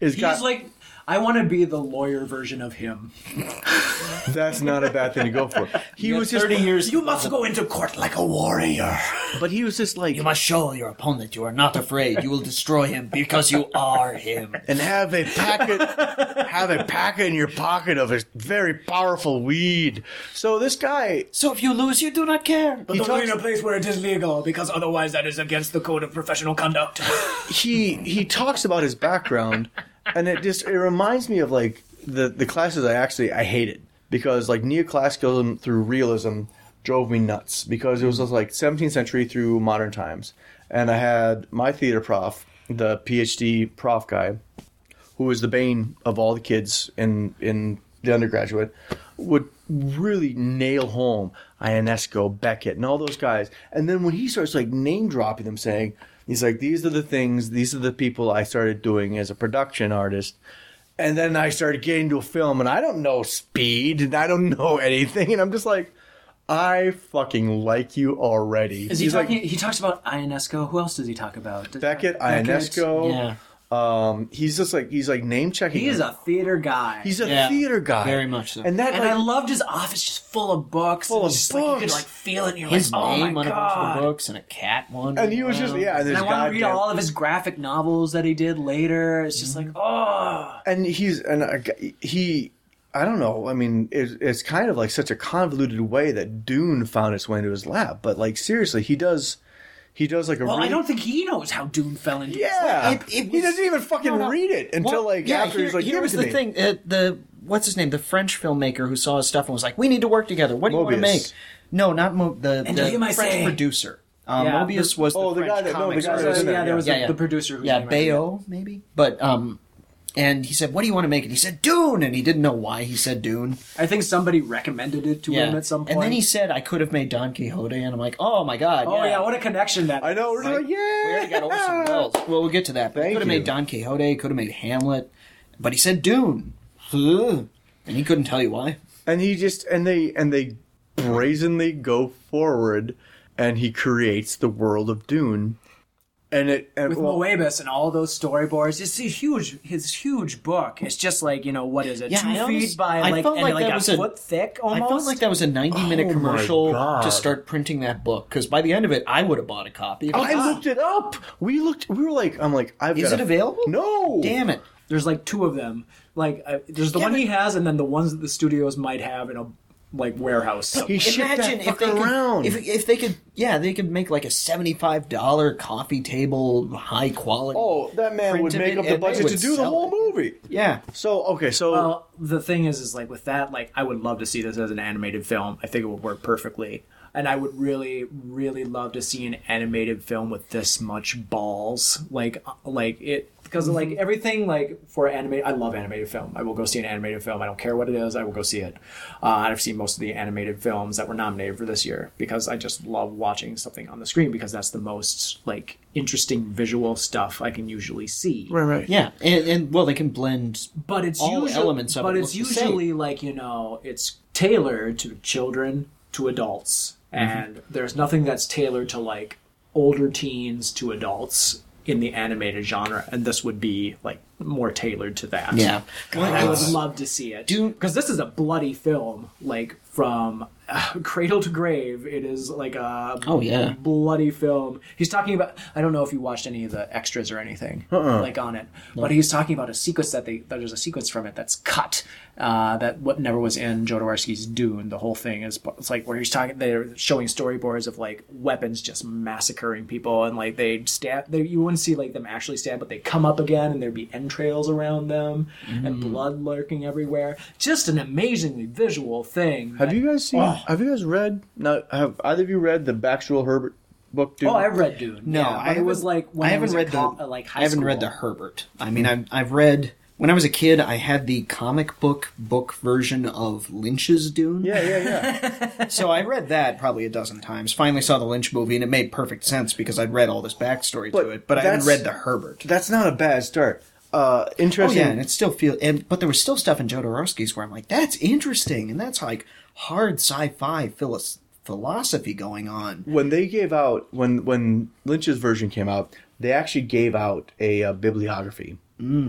S1: is
S3: He's
S1: got
S3: like I want to be the lawyer version of him.
S1: That's not a bad thing to go for. He was just,
S9: years. You must go into court like a warrior.
S1: but he was just like,
S9: You must show your opponent you are not afraid. You will destroy him because you are him.
S1: and have a packet, have a packet in your pocket of a very powerful weed. So this guy,
S9: So if you lose, you do not care. But
S1: He
S3: Only
S1: talks-
S3: in a place where it is legal, because otherwise that is against the code of professional conduct.
S1: he he talks about his background, and it just it reminds me of like the the classes I actually I hated because like neoclassicalism through realism drove me nuts because it was just like 17th century through modern times, and I had my theater prof, the PhD prof guy, who was the bane of all the kids in in the undergraduate, would really nail home Ionesco, Beckett, and all those guys. And then when he starts like name dropping them, saying he's like, "These are the things. These are the people I started doing as a production artist." And then I started getting into a film, and I don't know speed, and I don't know anything, and I'm just like, I fucking like you already.
S3: Is he
S1: He's like,
S3: talking? he talks about Ionesco. Who else does he talk about? Does-
S1: Beckett, Ionesco? Um, he's just like he's like name checking.
S3: He is a theater guy.
S1: He's a
S2: Yeah,
S1: theater guy,
S2: very much so.
S1: And that,
S3: and
S1: like,
S3: I loved his office, just full of books.
S1: Full
S3: and
S1: of
S3: just Like, you could
S1: books.
S3: like feel it. And you're
S2: His
S3: like, oh
S2: name
S3: my
S2: on a bunch of
S3: god.
S2: the books and a cat one.
S1: and he was just yeah. And,
S3: and
S1: there's
S3: I want to read
S1: goddamn-
S3: all of his graphic novels that he did later. It's just like, oh,
S1: and he's and I g he. I don't know. I mean, it, it's kind of like such a convoluted way that Dune found its way into his lap. But like seriously, he does. He does like a.
S3: well,
S1: really,
S3: I don't think he knows how Dune fell into.
S1: Yeah,
S10: It- it
S1: he
S10: was-
S1: doesn't even fucking
S2: No, no.
S1: read it until
S2: Well,
S1: like after he's like,
S2: here
S1: "Give
S2: was
S1: it to
S2: the
S1: me."
S2: thing. Uh, the what's his name? The French filmmaker who saw his stuff and was like, "We need to work together. What do you want
S1: Mobius.
S2: to make?" No, not Mo- the,
S3: And
S2: the
S3: to him I
S2: French
S3: say-
S2: producer. Um,
S3: Yeah.
S2: Mobius was
S1: Oh,
S2: the,
S1: the guy that-
S2: French
S1: no, the
S2: comics
S1: guy that was
S3: So,
S2: artist.
S1: in
S3: yeah,
S1: there,
S3: there was
S2: yeah.
S3: a-
S2: Yeah, yeah.
S3: the producer. Who's
S2: yeah, Bayo maybe. But um, and he said, "What do you want to make?" And he said, "Dune," and he didn't know why he said Dune.
S3: I think somebody recommended it to him at some point.
S2: and then he said, "I could have made Don Quixote," and I'm like, "Oh my god!"
S3: oh yeah. what a connection that.
S1: I know. We're just like, yeah.
S2: We already got Orson Welles. Well, we'll get to that. But
S1: Thank
S2: could have
S1: you.
S2: made Don Quixote. Could have made Hamlet. But he said Dune, Ugh. and he couldn't tell you why.
S1: and he just and they and they brazenly go forward and he creates the world of dune and it and
S3: With
S1: well,
S3: Moebius and all those storyboards, it's a huge, his huge book. It's just like you know what is it,
S2: Yeah,
S3: two
S2: I almost-
S3: feet by
S2: I
S3: like,
S2: felt
S3: and
S2: like
S3: like
S2: that
S3: a
S2: was a-
S3: foot thick
S2: I
S3: almost.
S2: felt like that was a 90 minute
S1: Oh my
S2: commercial
S1: God.
S2: to start printing that book because by the end of it, I would have bought a copy.
S1: I looked it up. We looked. We were like, I'm like, I've.
S2: Oh Is
S1: got
S2: it available?
S1: No.
S2: Damn it!
S3: There's like two of them. Like uh, there's the one he has, and then the ones that the studios might have in a like warehouse.
S1: He
S3: somewhere.
S1: shipped
S2: Imagine
S1: that
S2: if they
S1: fucker
S2: could,
S1: around.
S2: if if they could, yeah, they could make like a seventy five dollar coffee table, high quality.
S1: oh, that man would
S2: printed
S1: make
S2: it
S1: up the
S2: and they
S1: budget to
S2: would
S1: do the
S2: sell
S1: whole
S2: it.
S1: movie.
S2: yeah,
S1: So okay, so
S3: Well, the thing is, is like with that, like I would love to see this as an animated film. I think it would work perfectly, and I would really, really love to see an animated film with this much balls. Like, uh, like it because like everything like for animated. I love animated film. I will go see an animated film. I don't care what it is. I will go see it. Uh, and I've seen most of the animated films that were nominated for this year because I just love watching something on the screen because that's the most like interesting visual stuff I can usually see
S1: right.
S2: yeah, and, and well, they can blend.
S3: but it's
S2: All
S3: usually
S2: elements of
S3: but
S2: it
S3: it's
S2: look the same.
S3: usually like you know it's tailored to children to adults
S2: Mm-hmm.
S3: and there's nothing that's tailored to like older teens to adults in the animated genre and this would be like more tailored to that
S2: Yeah,
S3: and I would love to see it
S2: Do-
S3: because this is a bloody film, like from uh, cradle to grave. It is like a
S2: Oh, yeah.
S3: bloody film. He's talking about. I don't know if you watched any of the extras or anything like on it, but he's talking about a sequence that they that there's a sequence from it that's cut uh, that what never was in Jodorowsky's Dune. The whole thing is it's like where he's talking. They're showing storyboards of like weapons just massacring people and like they stab. They, you wouldn't see like them actually stab, but they come up again and there'd be entrails around them and blood lurking everywhere. Just an amazingly visual thing.
S1: Have
S3: that-
S1: you guys seen?
S2: oh.
S1: Have you guys read? Now, have either of you read the Baxter Herbert book? Dude?
S3: Oh, I read Dune.
S2: No,
S3: yeah.
S2: I
S3: it was
S2: haven't-
S3: like when
S2: I haven't
S3: was
S2: read
S3: a
S2: the
S3: co- uh, like high
S2: I haven't
S3: school.
S2: read the Herbert. I mean, I've I've read when I was a kid. I had the comic book book version of Lynch's Dune.
S1: Yeah, yeah, yeah.
S2: So I read that probably a dozen times. Finally saw the Lynch movie, and it made perfect sense because I'd read all this backstory
S1: But
S2: to it. But I hadn't
S1: that's-
S2: read the Herbert.
S1: That's not a bad start. Uh,
S2: Oh
S1: interesting.
S2: yeah, and it still feel. And but there was still stuff in Jodorowsky's where I'm like, that's interesting, and that's like hard sci-fi philos- philosophy going on.
S1: when they gave out when when Lynch's
S2: Mm.
S1: version came out, they actually gave out a, uh bibliography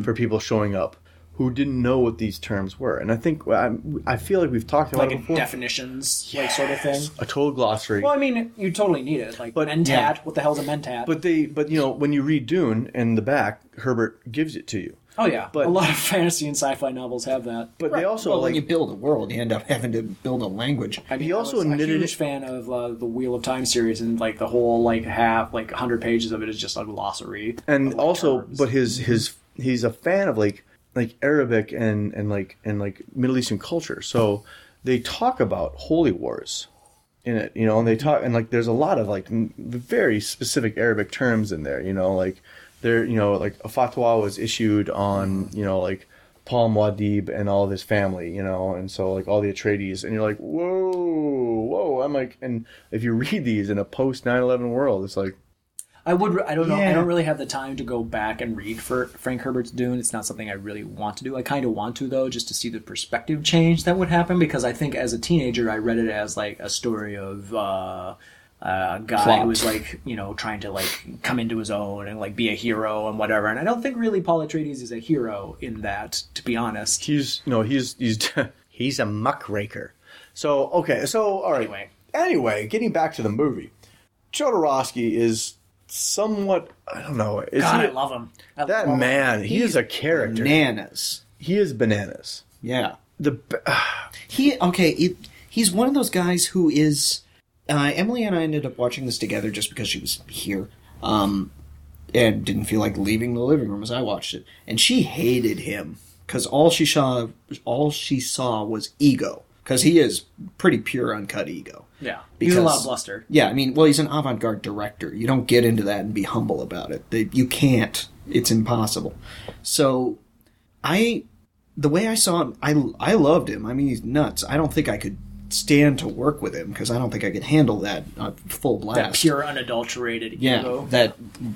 S1: for people showing up who didn't know what these terms were. And I think I, I feel like we've talked about
S3: like
S1: it before.
S3: definitions, like sort of thing.
S1: a total glossary.
S3: Well, I mean, you totally need it. Like
S1: But-
S3: mentat,
S1: yeah.
S3: what the hell's a mentat?
S1: But they, but you know, when you read Dune in the back, Herbert gives it to you.
S3: oh yeah,
S1: but-
S3: a lot of fantasy and sci-fi novels have that.
S1: But they also
S2: well,
S1: like
S2: when you build a world, you end up having to build a language.
S3: I mean,
S1: He
S3: I
S1: also
S3: was
S1: admitted
S3: a huge
S1: it-
S3: fan of uh, the Wheel of Time series, and like the whole like half like hundred pages of it is just a glossary.
S1: and
S3: of, like,
S1: also
S3: terms.
S1: but his his he's a fan of like like arabic and and like and like middle eastern culture so they talk about holy wars in it you know and they talk and like there's a lot of like m- very specific arabic terms in there you know like there you know like a fatwa was issued on you know like Paul Muad'Dib and all of his family, you know, and so like all the Atreides, and you're like, whoa, whoa. I'm like, and if you read these in a post 9 11 world, it's like,
S3: I would. I don't know. I
S2: Yeah.
S3: don't really have the time to go back and read for Frank Herbert's Dune. It's not something I really want to do. I kind of want to though, just to see the perspective change that would happen. Because I think as a teenager, I read it as like a story of uh, a guy
S2: Plot.
S3: who was like you know trying to like come into his own and like be a hero and whatever. And I don't think really Paul Atreides is a hero in that. To be honest,
S1: he's no he's he's he's a muckraker so okay so all right
S3: Anyway.
S1: anyway getting back to the movie jodorowsky is somewhat i don't know is
S3: God,
S1: he-
S3: I love him. I
S1: that
S3: love him.
S1: man he is a character
S2: Bananas.
S1: he is bananas
S2: Yeah.
S1: the b-
S2: He okay. It, he's one of those guys who is. Uh, Emily and I ended up watching this together just because she was here, um, and didn't feel like leaving the living room as I watched it. And she hated him because all she saw, all she saw was ego. Because he is pretty pure, uncut ego.
S3: Yeah, he's a
S2: Because-
S3: lot of bluster.
S2: Yeah, I mean, well, he's an avant-garde director. You don't get into that and be humble about it. They- You can't. It's impossible. So, I, the way I saw him, I I loved him. I mean, he's nuts. I don't think I could stand to work with him because I don't think I could handle that uh, full blast.
S3: That pure, unadulterated
S2: yeah,
S3: ego.
S2: that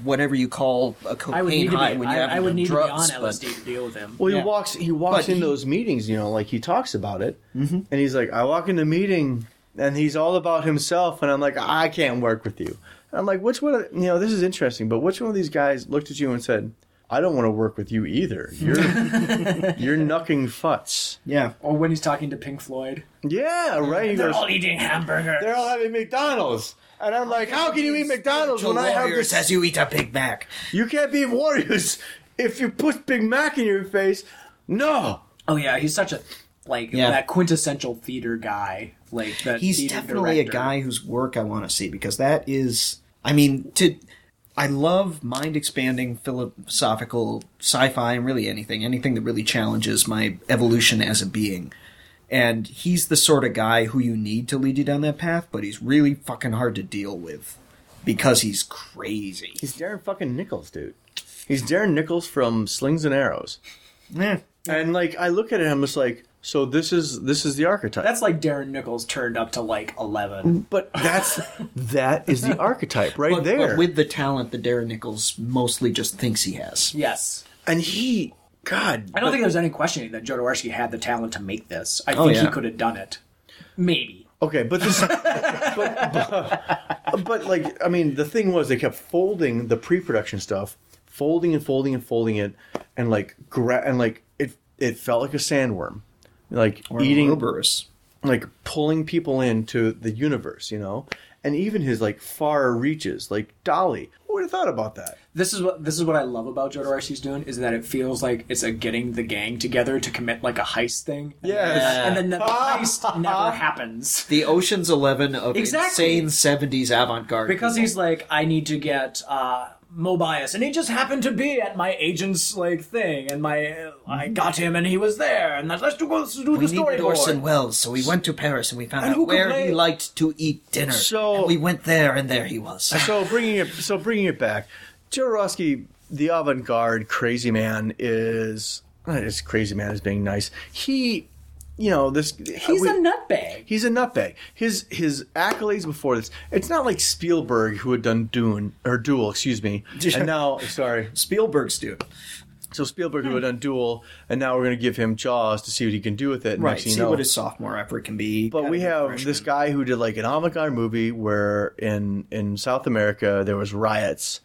S2: whatever you call a cocaine
S3: I would need to be,
S2: high when you have
S3: I, I would need
S2: drugs,
S3: to be on
S2: but-
S3: LSD to deal with him.
S1: well
S2: Yeah.
S1: he walks he walks
S2: But
S1: in
S2: he- Mm-hmm.
S1: those meetings you know like he talks about it and he's like i walk in a meeting and he's all about himself and i'm like i can't work with you and i'm like which one of- you know this is interesting but which one of these guys looked at you and said i don't want to work with you either you're you're knucking futs
S2: Yeah,
S3: Or when he's talking to Pink Floyd.
S1: Yeah, right. He goes,
S3: eating hamburger.
S1: they're all having McDonald's. And I'm like, how can you eat McDonald's when I have this?
S2: as you eat a Big Mac.
S1: You can't be warriors if you put Big Mac in your face. No.
S3: Oh yeah, he's such a like
S2: Yeah.
S3: that quintessential theater guy. Like that
S2: he's
S3: theater
S2: definitely
S3: director.
S2: a guy whose work I want to see because that is I mean to I love mind expanding philosophical sci-fi and really anything anything that really challenges my evolution as a being. And he's the sort of guy who you need to lead you down that path, but he's really fucking hard to deal with because he's crazy.
S1: He's Darren fucking Nichols, dude. He's Darren Nichols from Slings and Arrows.
S2: Yeah.
S1: And like, I look at it, I'm just like, so this is this is the archetype.
S3: That's like Darren Nichols turned up to like
S2: Mm.
S3: eleven.
S1: but that's that is the archetype right
S2: But,
S1: there.
S2: but with the talent that Darren Nichols mostly just thinks he has.
S3: Yes.
S1: and he, God,
S3: I don't think there's any questioning that Jodorowsky had the talent to make this. I think he
S2: Oh, yeah.
S3: could have done it. Maybe.
S1: Okay, but this, but, but, but like, I mean, the thing was they kept folding the pre-production stuff, folding and folding and folding it, and like gra- and like it, it felt like a sandworm, like eating,
S2: Ouroboros.
S1: like pulling people into the universe, you know, and even his like far reaches, like Dolly. Who would have thought about that?
S3: this is what this is what I love about Jodorowsky's doing is that it feels like it's a getting the gang together to commit like a heist thing. And
S1: Yes.
S3: then- and then the heist never happens
S2: The Ocean's Eleven of
S3: Exactly.
S2: insane seventies avant garde.
S3: because he's like, I need to get uh, Mobius, and he just happened to be at my agent's like thing, and my uh, I
S1: Mm-hmm.
S3: got him, and he was there, and let's do, let's do
S2: We
S3: the
S2: needed
S3: storyboard.
S2: Orson Welles, so we went to Paris and we found
S3: And who
S2: out where
S3: complained?
S2: he liked to eat dinner.
S1: So-
S2: and we went there, and there he was.
S1: so bringing it so bringing it back, Jodorowsky, the avant-garde crazy man, is not as crazy man as being nice. He, you know, this
S3: He's
S1: we-
S3: a nutbag.
S1: He's a nutbag. His his accolades before this. It's not like Spielberg who had done Dune or Duel, excuse me, and now sorry.
S2: Spielberg's dude.
S1: So Spielberg
S2: Hmm.
S1: who had done Duel, and now we're going to give him Jaws to see what he can do with it. and
S2: Right.
S1: next thing
S2: See
S1: you know-
S2: what his sophomore effort can be.
S1: but we have this guy who did like an avant-garde movie where in in South America there was riots.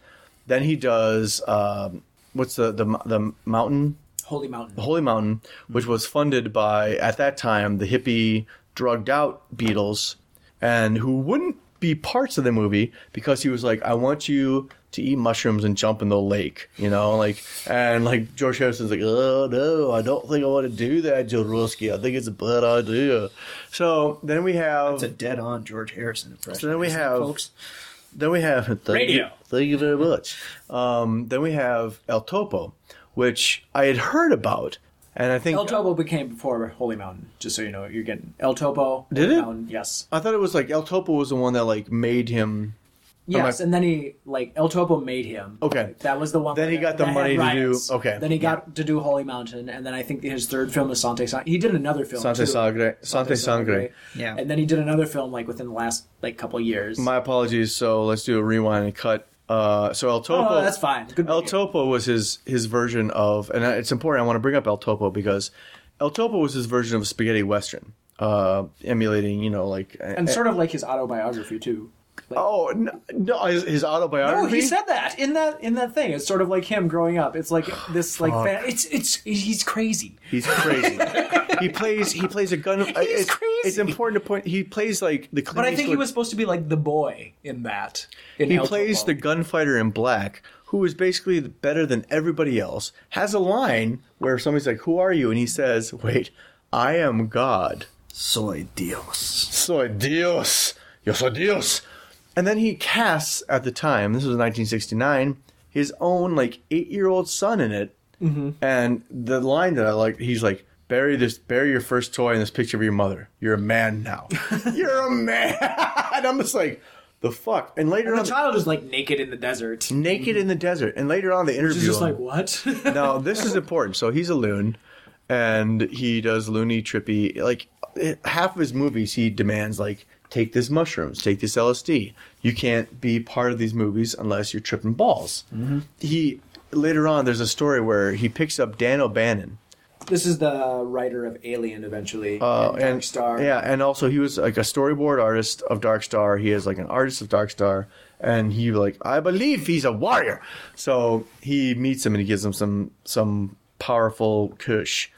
S1: Then he does um, what's the the mo- the mountain
S3: Holy Mountain.
S1: the Holy Mountain,
S3: Mm.
S1: which was funded by at that time the hippie drugged out Beatles, and who wouldn't be parts of the movie because he was like, "I want you to eat mushrooms and jump in the lake," you know, like and like George Harrison's like, "Oh no, I don't think I want to do that, Jodorowsky. I think it's a bad idea." So then we have
S2: It's a dead on George Harrison impression.
S1: So then we
S2: isn't it,
S1: have-
S2: folks.
S1: then we have thank
S3: Radio.
S1: You, thank you very much. Um, then we have El Topo, which I had heard about, and I think
S3: El Topo became before Holy Mountain. Just so you know, you're getting El Topo.
S1: Did
S3: Holy
S1: it?
S3: Mountain, yes.
S1: I thought it was like El Topo was the one that like made him.
S3: Yes, and then he like El Topo made him.
S1: Okay.
S3: that was the one.
S1: Then he got the
S3: that had
S1: money to do-
S3: riots.
S1: okay.
S3: Then he got to do Holy Mountain, and then I think his third film was Sante Sangre. He did another film.
S1: Sante
S3: too.
S1: Sangre- Sante Sangre.
S2: Yeah.
S3: and then he did another film like within the last like couple years.
S1: My apologies. So let's do a rewind and cut. Uh, so El Topo.
S3: oh, that's fine. Good
S1: El
S3: movie.
S1: Topo was his his version of, and it's important. I want to bring up El Topo because El Topo was his version of spaghetti western, uh, emulating you know like
S3: and sort of like his autobiography too. Like,
S1: oh no, no his, his
S3: Oh,
S1: autobiography.
S3: he said that in that in that thing. It's sort of like him growing up. It's like this like fan, it's it's he's crazy.
S1: He's crazy. he plays. He plays a gun. it's,
S3: crazy.
S1: It's important to point. He plays like the. Clint
S3: But I think he
S1: Eastwood-
S3: was supposed to be like the boy in that. In
S1: He
S3: El
S1: plays
S3: Topo.
S1: the gunfighter in black, who is basically better than everybody else. Has a line where somebody's like, "Who are you?" and he says, "Wait, I am God."
S2: Soy Dios.
S1: Soy Dios. Yo soy Dios. And then he casts at the time. This was 1969. His own like eight-year-old son in it.
S3: Mm-hmm.
S1: And the line that I like, he's like, "Bury this. Bury your first toy in this picture of your mother. You're a man now. You're a man." and I'm just like, "The fuck." And later
S3: And
S1: on,
S3: the child is like naked in the desert.
S1: naked in the desert. And later on, they
S3: She's
S1: interview
S3: Mm-hmm. just
S1: him.
S3: like what?
S1: now, this is important. So he's a loon, and he does loony, trippy. Like it- half of his movies, he demands like take this mushrooms, take this LSD. You can't be part of these movies unless you're tripping balls.
S3: Mm-hmm.
S1: He later on, there's a story where he picks up Dan O'Bannon.
S3: this is the writer of Alien eventually.
S1: Uh,
S3: and, Dark Star.
S1: Yeah, and also he was like a storyboard artist of Dark Star. He is like an artist of Dark Star, and he like I believe he's a warrior. So he meets him and he gives him some some powerful kush.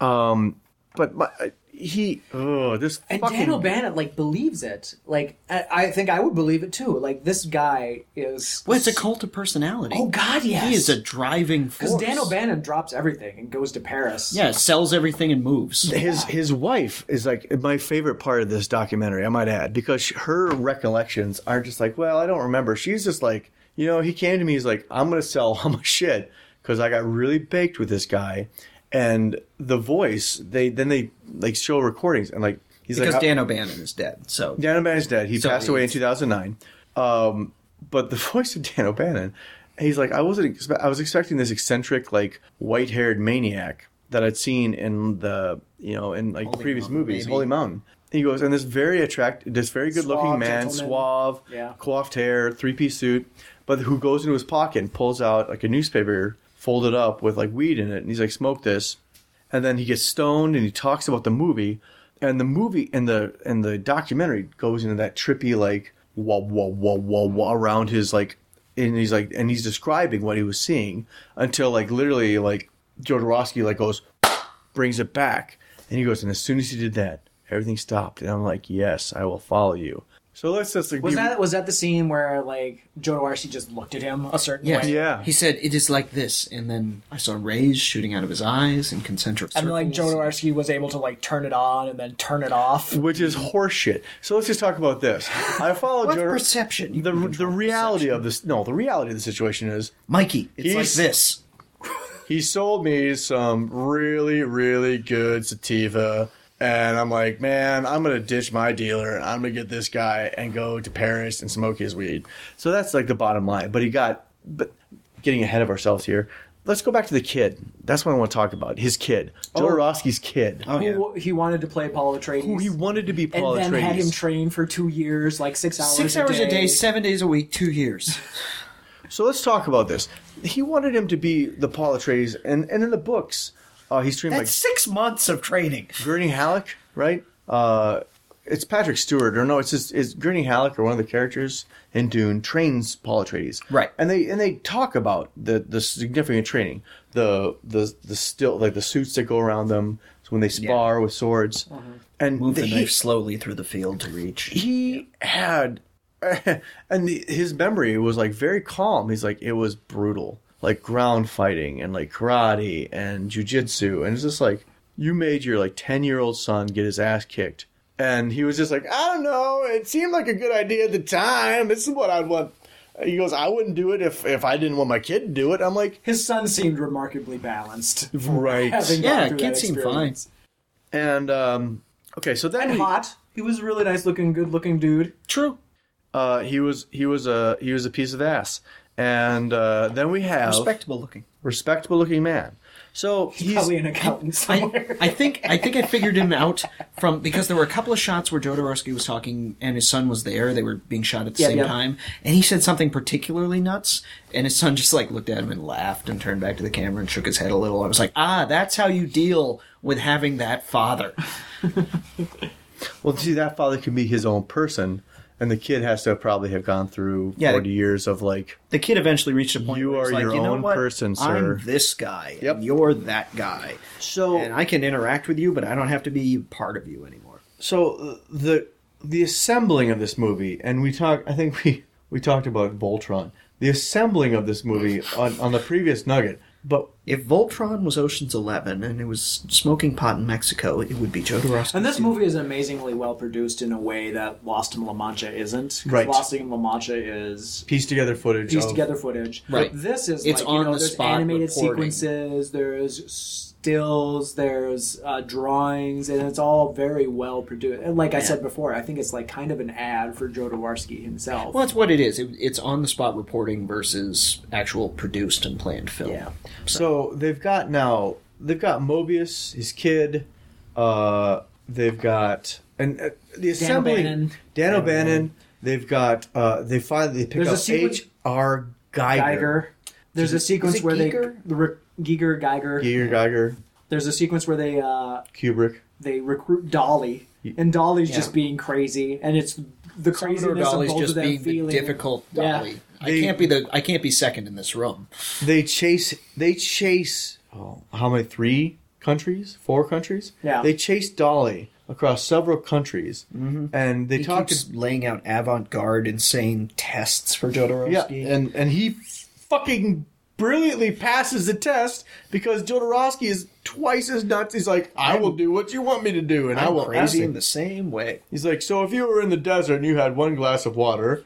S1: Um, but my, he oh this
S3: And
S1: fucking
S3: Dan O'Bannon like believes it. Like I, I think I would believe it too. Like this guy is.
S2: Well, it's a cult of personality.
S3: Oh God, yes.
S2: He is a driving
S3: Because
S2: force.
S3: Dan O'Bannon drops everything and goes to Paris.
S2: Yeah, sells everything and moves.
S1: his his wife is like my favorite part of this documentary. I might add because sh- her recollections aren't just like, well, I don't remember. She's just like, you know, he came to me. He's like, I'm gonna sell how much shit because I got really baked with this guy, and the voice. They then they like show recordings and like he's
S2: Because
S1: like
S2: Dan O'Bannon is dead, so
S1: Dan O'Bannon's dead. He
S2: So
S1: passed away in
S2: he's-
S1: 2009. Um, but the voice of Dan O'Bannon, he's like, I wasn't. Expe- I was expecting this eccentric, like white-haired maniac that I'd seen in the, you know, in like previous
S2: Mountain,
S1: movies,
S2: maybe.
S1: Holy Mountain. And he goes, and this very attract, this very good-looking
S3: Suave
S1: man,
S3: gentleman.
S1: suave,
S3: Yeah.
S1: coiffed hair, three-piece suit, but who goes into his pocket and pulls out like a newspaper folded up with like weed in it, and he's like, smoke this and then he gets stoned and he talks about the movie and the movie and the and the documentary goes into that trippy like wah wah wah wah wah around his like and he's like and he's describing what he was seeing until like literally like Jodorowsky like goes brings it back and he goes and as soon as he did that everything stopped and I'm like yes I will follow you so let's just like
S3: Was
S1: be-
S3: that was that the scene where like Jodorowsky just looked at him a certain
S2: Yes.
S3: way?
S1: yeah
S2: He said, "It is like this," and then I saw rays shooting out of his eyes in concentric
S3: And
S2: circles.
S3: like Jodorowsky was able to like turn it on and then turn it off.
S1: which is horseshit. So let's just talk about this. I followed
S2: What's
S1: Jodor-
S2: perception? You
S1: The
S2: can
S1: the
S2: control
S1: reality of this no, the reality of the situation is
S2: Mikey, it's like
S1: He's-
S2: this.
S1: he sold me some really really good sativa and i'm like man i'm gonna ditch my dealer and i'm gonna get this guy and go to paris and smoke his weed so that's like the bottom line but he got but getting ahead of ourselves here let's go back to the kid that's what i want to talk about his kid jodorowsky's kid
S2: Oh yeah,
S3: Who, he wanted to play Paul Atreides.
S1: who he wanted to be
S3: and
S1: paul
S3: then had him
S1: Atreides.
S3: train for two years, like six hours.
S2: six hours a day, seven days a week, two years.
S1: So let's talk about this. He wanted him to be the Paul Atreides, and, and in the books, uh, he's trained
S2: That's six months of training.
S1: by Gurney Halleck, right? Uh, it's Patrick Stewart or no, it's just, it's Gurney Halleck or one of the characters in Dune trains Paul Atreides,
S2: Right.
S1: And they and they talk about the the significant training, the the the still like the suits that go around them so when they spar with swords, and
S2: Move the,
S1: he-
S2: knife slowly through the field to reach.
S1: he had and the, his memory was like very calm he's like it was brutal like ground fighting and like karate and jujitsu and it's just like you made your like 10 year old son get his ass kicked and he was just like i don't know it seemed like a good idea at the time this is what i'd want he goes i wouldn't do it if if i didn't want my kid to do it i'm like
S3: His son seemed remarkably balanced.
S1: right
S3: Having gone
S2: Yeah,
S3: through
S2: kid
S3: that
S2: seemed
S3: experience.
S1: and um okay so then
S3: And
S1: we-
S3: hot. He was a really nice looking, good looking dude.
S2: True.
S1: uh he was he was a he was a piece of ass and uh then we have
S2: Respectable looking.
S1: respectable looking man. So he's
S3: Probably an accountant somewhere.
S2: I think I think I figured him out from because there were a couple of shots where Jodorowsky was talking and his son was there. They were being shot at the same
S3: yeah.
S2: time, and he said something particularly nuts. And his son just like looked at him and laughed and turned back to the camera and shook his head a little. I was like, ah, that's how you deal with having that father.
S1: well, see, that father can be his own person, and the kid has to probably have gone through
S2: Yeah,
S1: forty
S2: the-
S1: years of like
S2: The kid eventually reached a point
S1: You
S2: where he was
S1: are
S2: like,
S1: your
S2: you know
S1: own
S2: what?
S1: person, sir."
S2: I'm this guy.
S1: Yep.
S2: And you're that guy.
S1: so.
S2: And I can interact with you, but I don't have to be part of you anymore.
S1: so uh, the the assembling of this movie, and we talk. I think we we talked about Voltron. The assembling of this movie on, on the previous Nugget, but
S2: If Voltron was Ocean's Eleven and it was smoking pot in Mexico, it would be Jodorowsky.
S3: And this movie is amazingly well produced in a way that Lost in La Mancha isn't. 'cause
S1: Right.
S3: Lost in La Mancha is
S1: pieced together footage.
S3: pieced
S1: of-
S3: together footage.
S2: Right.
S3: But This is
S2: It's
S3: like,
S2: on
S3: you know,
S2: the
S3: there's
S2: spot
S3: animated
S2: reporting.
S3: sequences, there's stills, there's uh, drawings, and it's all very well produced. And like I said before, I think it's like kind of an ad for Jodorowsky himself.
S2: Well, that's what it is. It, it's on the spot reporting versus actual produced and planned film.
S3: Yeah.
S1: So they've got now they've got Mobius, his kid. Uh, they've got and uh, the assembly
S3: O'Bannon.
S1: Dan O'Bannon. They've got uh, they finally they pick
S3: There's a
S1: up
S3: sequence-
S1: H R Geiger.
S3: Geiger. There's a sequence
S2: it
S3: where
S2: Giger?
S3: they re- Giger Geiger.
S1: Geiger Geiger
S3: There's a sequence where they uh,
S1: Kubrick.
S3: they recruit Dolly, and Dolly's just being crazy, and it's the
S2: Salvador
S3: craziness of
S2: Dali's
S3: both
S2: just
S3: of them
S2: being
S3: feeling
S2: the difficult
S3: Yeah.
S2: Dali.
S1: They-
S2: I can't be the I can't be second in this room.
S1: They chase they chase oh, how many three countries four countries
S3: Yeah.
S1: they chase Dolly across several countries
S3: Mm-hmm.
S1: and they
S2: He
S1: talk
S2: keeps
S1: to
S2: laying out avant-garde, insane tests for Jodorowsky.
S1: Yeah, and and he fucking brilliantly passes the test because Jodorowsky is twice as nuts. He's like, I will do what you want me to do, and i
S2: I'm
S1: will
S2: crazy
S1: ask
S2: in
S1: it."
S2: the same way.
S1: He's like, so if you were in the desert and you had one glass of water,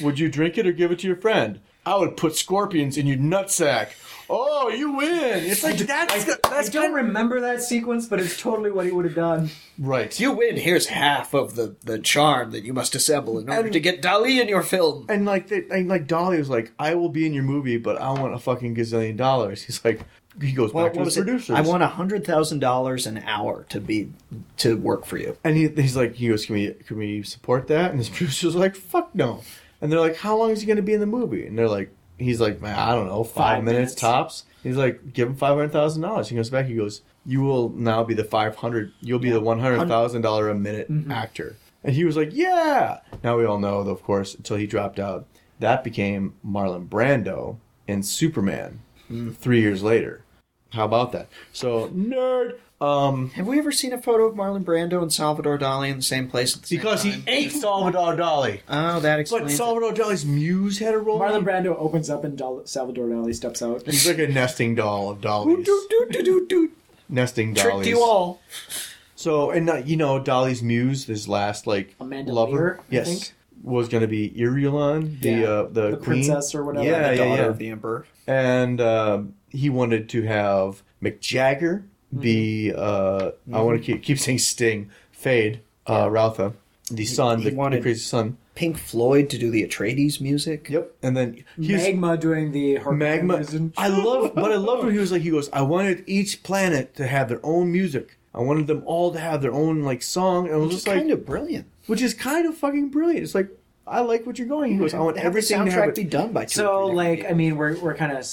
S1: would you drink it or give it to your friend? I would put scorpions in your nutsack. Oh, you win! It's like that's the-
S3: I
S1: that's
S3: don't
S1: kind of
S3: remember that sequence, but it's totally what he would have done.
S1: right.
S2: You win. Here's half of the, the charm that you must assemble in order to get Dali in your film.
S1: and like they, and like Dolly was like, I will be in your movie, but I want a fucking gazillion dollars. He's like, he goes back to his producers.
S2: I want hundred thousand dollars an hour to be to work for you.
S1: And he, he's like, he goes, can we can we support that? And his producer's like, fuck no. And they're like, how long is he going to be in the movie? And they're like, he's like, man, I don't know, five,
S3: Five
S1: minutes,
S3: minutes.
S1: tops. He's like, give him five hundred thousand dollars. He goes back, he goes, you will now be the five hundred, you'll be the one hundred thousand dollar a minute actor. And he was like, yeah. Now we all know, though, of course, until he dropped out, that became Marlon Brando in Superman three years later. How about that? So nerd. Um,
S2: Have we ever seen a photo of Marlon Brando and Salvador Dali in the same place at the same
S1: because
S2: time?
S1: he ate Salvador Dali.
S2: Oh, that
S1: But
S2: explains. it.
S1: Salvador Dali's muse had a role.
S3: Marlon Brando opens up and Dol- Salvador Dali steps out.
S1: He's like a nesting doll of
S2: Doo,
S1: Dolly's.
S2: doo, doo, doo, doo.
S1: nesting
S2: Tricked
S1: Dolly's.
S2: you all.
S1: So, and uh, you know, Dolly's muse, his last like
S3: Amanda
S1: lover,
S3: Lear, I
S1: yes,
S3: think.
S1: was going to be Irulan, the
S3: Yeah.
S1: uh, the,
S3: The
S1: queen.
S3: princess or whatever.
S1: Yeah,
S3: The
S1: yeah,
S2: Daughter
S1: yeah.
S2: of the emperor.
S1: and uh, he wanted to have Mick Jagger
S3: Hmm.
S1: be. Uh, I want to keep, keep saying Sting, Fade, uh, Routha, the son,
S2: he
S1: the, the
S2: wanted-
S1: crazy son.
S2: Pink Floyd to do the Atreides music.
S1: Yep, and then he's
S3: Magma doing the her-
S1: magma.
S3: prison-
S1: I love, but I loved when he was like, he goes, I wanted each planet to have their own music. I wanted them all to have their own like song, and I was
S2: Which is
S1: just like,
S2: kind of brilliant.
S1: which is kind of fucking brilliant. It's like I like what you're going. He goes, I want
S2: Have the
S1: everything to
S2: soundtrack
S1: have
S2: be
S1: it.
S2: done by two or
S3: So
S2: three different
S3: like I
S2: people.
S3: mean we're we're kind of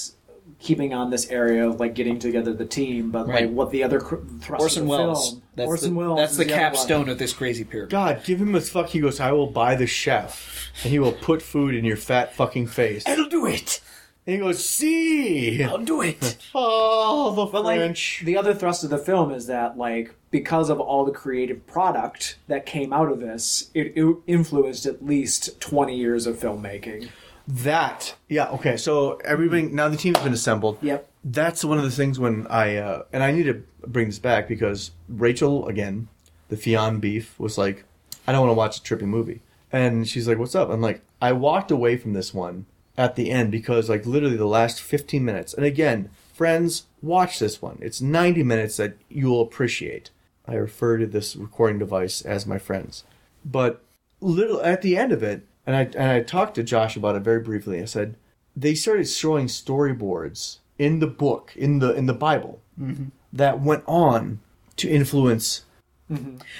S3: keeping on this area of like getting together the team, but
S2: Right.
S3: like what the other cr- thrust
S2: Orson
S3: of the
S2: Welles.
S3: Film,
S2: That's
S3: Orson
S2: the,
S3: Welles.
S2: That's
S3: is
S2: the
S3: other one.
S2: capstone of this crazy pyramid.
S1: God, give him a fuck. He goes, I will buy the chef, and he will put food in your fat fucking face. And
S7: I'll do it.
S1: he goes, see,
S7: I'll do it.
S1: oh, the
S3: But like
S1: French.
S3: the other thrust of the film is that like because of all the creative product that came out of this, it, it influenced at least twenty years of filmmaking.
S1: that, yeah, okay. So everything now the team's been assembled.
S3: Yep.
S1: that's one of the things when I uh, and I need to bring this back because Rachel again, the Fion beef was like, I don't want to watch a trippy movie, and she's like, "What's up?" I'm like, I walked away from this one at the end because like literally the last 15 minutes, and again, friends, watch this one. It's 90 minutes that you'll appreciate. I refer to this recording device as my friends, but little at the end of it, and I and I talked to Josh about it very briefly. I said they started showing storyboards in the book in the in the Bible
S3: Mm-hmm.
S1: that went on to influence.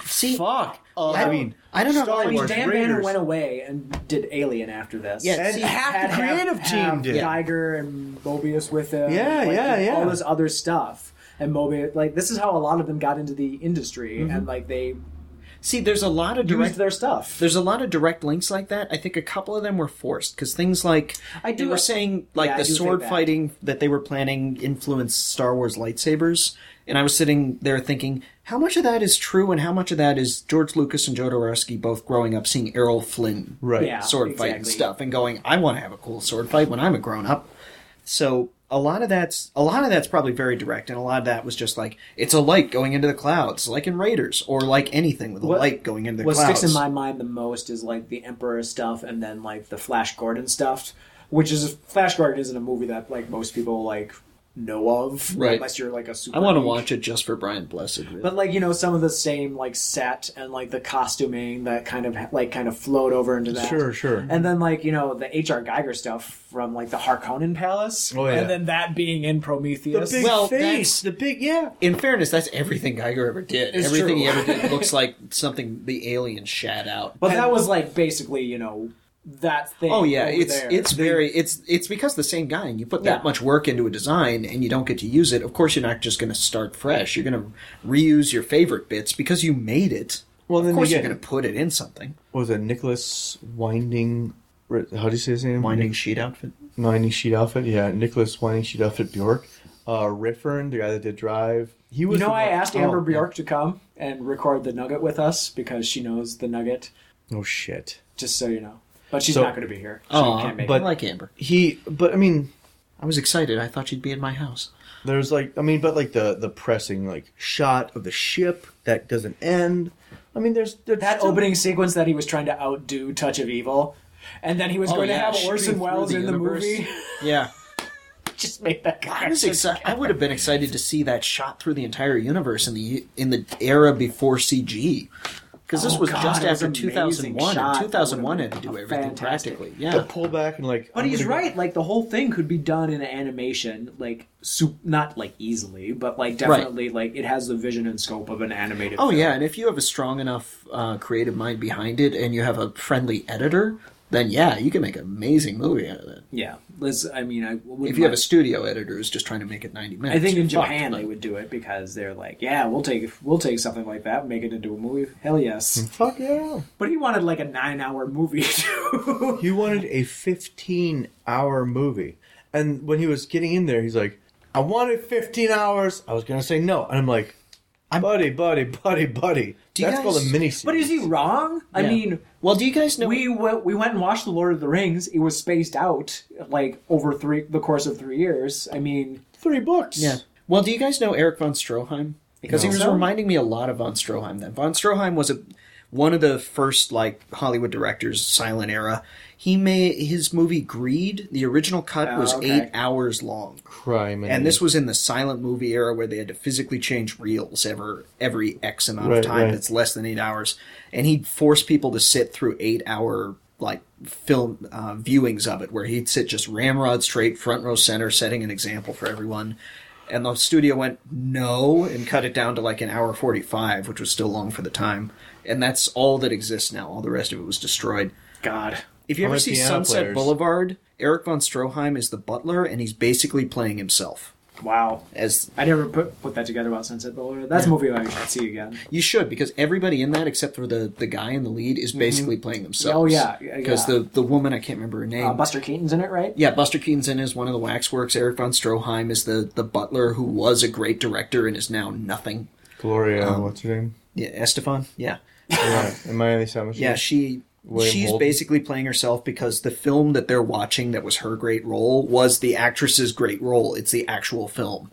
S2: See,
S1: Fuck, uh,
S7: Um,
S1: I, mean,
S2: I don't know how
S1: Star
S2: many-
S1: Wars,
S3: Dan Banner
S1: Raiders,
S3: went away and did Alien after this.
S2: Yeah,
S1: and
S2: See,
S1: half the
S3: had- have-
S1: creative team
S3: have
S1: did.
S3: Geiger and Mobius with him.
S1: Yeah,
S3: like,
S1: yeah,
S3: and
S1: yeah.
S3: All this other stuff. And Mobius, like, this is how a lot of them got into the industry
S1: Mm-hmm.
S3: and, like, they
S2: see, there's a lot of
S3: used
S2: direct.
S3: their stuff.
S2: There's a lot of direct links like that. I think a couple of them were forced because things like
S3: I
S2: they
S3: do-
S2: were saying like
S3: Yeah, I
S2: the
S3: do think
S2: sword
S3: that.
S2: fighting that they were planning influenced Star Wars lightsabers, and I was sitting there thinking how much of that is true and how much of that is George Lucas and Jodorowsky both growing up seeing Errol Flynn
S1: Right.
S3: Yeah,
S2: sword fight and
S3: exactly.
S2: stuff and going I want to have a cool sword fight when I'm a grown up. So a lot of that's a lot of that's probably very direct, and a lot of that was just like it's a light going into the clouds, like in Raiders, or like anything with a
S3: What-
S2: light going into the
S3: What
S2: clouds.
S3: sticks in my mind the most is, like, the Emperor stuff and then, like, the Flash Gordon stuff, which is, Flash Gordon isn't a movie that, like, most people, like, know of.
S2: Right.
S3: Unless you're, like, a super.
S2: I want to
S3: geek.
S2: watch it just for Brian Blessed. really.
S3: But like you know, some of the same like set and like the costuming that kind of like kind of flowed over into that.
S1: Sure, sure.
S3: And then like you know the H.R. Geiger stuff from like the Harkonnen palace.
S1: Oh, yeah.
S3: And then that being in
S1: the
S3: Prometheus.
S1: big
S2: Well,
S1: face, the big yeah.
S2: in fairness, that's everything Geiger ever did.
S3: It's
S2: everything
S3: true.
S2: he ever did looks like something the alien shat out.
S3: but that was like basically you know that thing.
S2: Oh yeah,
S3: over
S2: it's
S3: there.
S2: it's very it's it's because the same guy and you put
S3: Yeah.
S2: that much work into a design and you don't get to use it. Of course, you're not just going to start fresh. You're going to reuse your favorite bits because you made it.
S1: Well,
S2: of
S1: then
S2: course,
S1: you
S2: you're
S1: get
S2: going to put it in something.
S1: what was it Nicholas Winding? How do you say his name?
S2: Winding sheet outfit.
S1: Winding Sheet Outfit. Yeah, Nicholas Winding Sheet Outfit Bjork. Uh, Riffern, the guy that did Drive. He
S3: You
S1: was.
S3: know,
S1: the
S3: I
S1: one-
S3: asked Amber
S1: oh,
S3: Bjork to come and record the Nugget with us because she knows the Nugget.
S1: Oh shit.
S3: Just so you know, but she's
S1: So-
S3: not going to be here. She
S2: Oh,
S3: can't make
S1: it.
S2: but I like Amber.
S1: He, but I mean,
S2: I was excited. I thought she'd be in my house.
S1: There's like I mean, but like the the pressing like shot of the ship that doesn't end. I mean, there's, there's
S3: that
S1: so-
S3: opening sequence that he was trying to outdo Touch of Evil, and then he was
S2: Oh,
S3: going
S2: yeah,
S3: to have
S2: shooting
S3: Orson
S2: through
S3: Welles
S2: the
S3: in
S2: universe.
S3: the movie.
S2: Yeah.
S3: Just make that
S2: I
S3: guy.
S2: was excited. I would have been excited to see that shot through the entire universe in the in the era before CG, because this
S3: Oh,
S2: was
S3: God,
S2: just
S3: it was
S2: after
S3: an amazing
S2: 2001.
S3: shot.
S2: And 2001
S3: That
S2: had
S3: would've
S2: to do
S3: been
S2: everything
S3: fantastic.
S1: the
S2: practically. Yeah,
S1: pullback and like.
S3: But
S1: I'm
S3: he's
S1: gonna go-
S3: right. Like the whole thing could be done in animation, like soup, not like easily, but like
S2: Right.
S3: definitely, like it has the vision and scope of an animated.
S2: Oh
S3: film.
S2: yeah, and if you have a strong enough uh, creative mind behind it, and you have a friendly editor, then yeah, you can make an amazing movie out of it.
S3: yeah. Liz, I mean, I would.
S2: If you have a studio editor who's just trying to make it 90 minutes,
S3: I think in
S2: you're fucked,
S3: Japan
S2: but-
S3: they would do it because they're like, yeah, we'll take we'll take something like that, make it into a movie. Hell yes.
S1: Fuck yeah!
S3: but he wanted like a nine hour movie too.
S1: He wanted a 15 hour movie, and when he was getting in there, he's like, "I wanted 15 hours." I was gonna say no, and I'm like, "Buddy, buddy, buddy, buddy."
S2: you
S1: That's called a
S2: guys-
S1: miniseries.
S3: but is he wrong? I
S2: Yeah.
S3: mean,
S2: Well, do you guys know?
S3: we went, we went and watched the Lord of the Rings. It was spaced out like over three the course of three years. I mean,
S1: three books?
S2: Yeah. Well, do you guys know Eric von Stroheim? Because he
S3: No.
S2: was reminding me a lot of von Stroheim. Then von Stroheim was a one of the first like Hollywood directors, silent era. He made his movie Greed. The original cut was
S3: Oh, okay.
S2: eight hours long,
S1: Crime and,
S2: and this was in the silent movie era where they had to physically change reels ever every X amount
S1: Right,
S2: of time.
S1: right.
S2: That's less than eight hours, and he'd force people to sit through eight hour like film uh, viewings of it, where he'd sit just ramrod straight, front row center, setting an example for everyone. And the studio went no and cut it down to like an hour forty five, which was still long for the time. And that's all that exists now. All the rest of it was destroyed.
S3: God,
S2: If you
S1: How
S2: ever
S1: many
S2: see
S1: piano
S2: Sunset
S1: players?
S2: Boulevard, Eric von Stroheim is the butler, and he's basically playing himself.
S3: Wow.
S2: As
S3: I never put put that together about Sunset Boulevard. That's a movie I should see again.
S2: you should, because everybody in that, except for the, the guy in the lead, is basically playing themselves.
S3: Oh, yeah, yeah,
S2: because
S3: yeah.
S2: the the woman I can't remember her name.
S3: Uh, Buster Keaton's in it, right?
S2: yeah, Buster Keaton's in as one of the waxworks. Eric von Stroheim is the the butler who was a great director and is now nothing.
S1: Gloria, what's her name?
S2: Yeah, Estefan. Yeah,
S1: Yeah, in Miami Sandwich.
S2: yeah. She
S1: William
S2: she's
S1: Holden.
S2: basically playing herself because the film that they're watching that was her great role was the actress's great role. It's the actual film.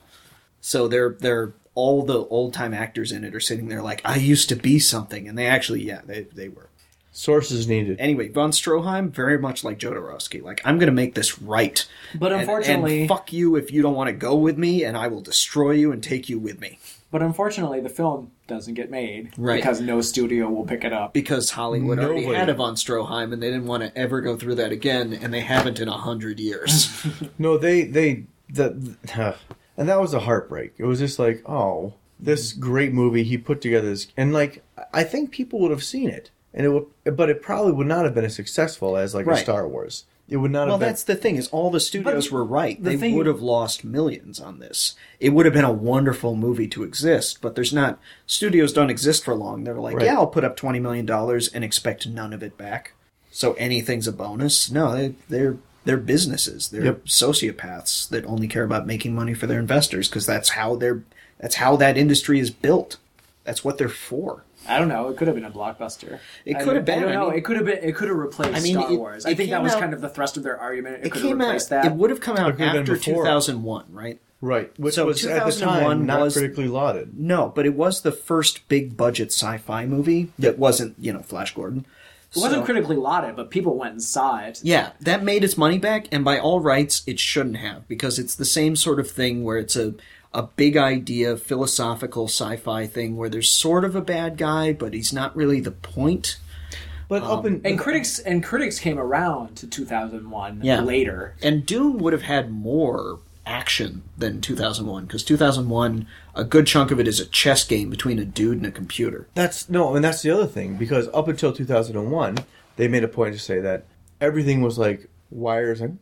S2: So they're they're all the old time actors in it are sitting there like I used to be something, and they actually yeah they they were.
S1: Sources needed.
S2: Anyway, von Stroheim very much like Jodorowsky. Like I'm going to make this right.
S3: But
S2: And-
S3: unfortunately,
S2: and fuck you if you don't want to go with me, and I will destroy you and take you with me
S3: but unfortunately, the film doesn't get made
S2: Right.
S3: because no studio will pick it up.
S2: because Hollywood already
S1: Nobody.
S2: had a von Stroheim, and they didn't want to ever go through that again, and they haven't in a hundred years.
S1: No, they they the, and that was a heartbreak. It was just like, oh, this great movie he put together this, and like I think people would have seen it, and it would, but it probably would not have been as successful as like a
S2: Right.
S1: Star Wars. It would not
S2: well,
S1: have been.
S2: that's the thing is all the studios
S3: But
S2: were right.
S3: the
S2: They
S3: thing-
S2: would have lost millions on this. It would have been a wonderful movie to exist, but there's not. Studios don't exist for long. They're like,
S1: Right.
S2: yeah, I'll put up twenty million dollars and expect none of it back. So anything's a bonus. No, they, they're they're businesses. They're
S1: Yep.
S2: sociopaths that only care about making money for their investors because that's how they're that's how that industry is built. That's what they're for.
S3: I don't know. It could have been a blockbuster.
S2: It
S3: I
S2: could have
S3: don't-
S2: been,
S3: I don't
S2: I
S3: know.
S2: mean-
S3: it could have been. It could have replaced
S2: I mean,
S3: Star
S2: it-
S3: Wars.
S2: it
S3: I think that
S2: came
S3: was
S2: out-
S3: kind of the thrust of their argument. It,
S2: It
S3: could have
S2: came out.
S3: replaced that.
S2: It would have come
S1: It
S2: out
S1: could have been
S2: after two
S1: before.
S2: thousand one, right?
S1: Right, which
S2: So
S1: was at the
S2: 2001
S1: time not
S2: was-
S1: critically lauded.
S2: No, but it was the first big budget sci-fi movie that wasn't, you know, Flash Gordon.
S3: It wasn't critically lauded, but people went and saw it.
S2: Yeah, that made its money back, and by all rights, it shouldn't have because it's the same sort of thing where it's a a big idea, philosophical sci-fi thing where there's sort of a bad guy, but he's not really the point.
S1: But up in
S3: Um, And critics and critics came around to 2001
S2: Yeah.
S3: later.
S2: And Doom would have had more action than 2001 because 2001, a good chunk of it is a chess game between a dude and a computer.
S1: that's no, and that's the other thing because up until 2001, they made a point to say that everything was like wires and.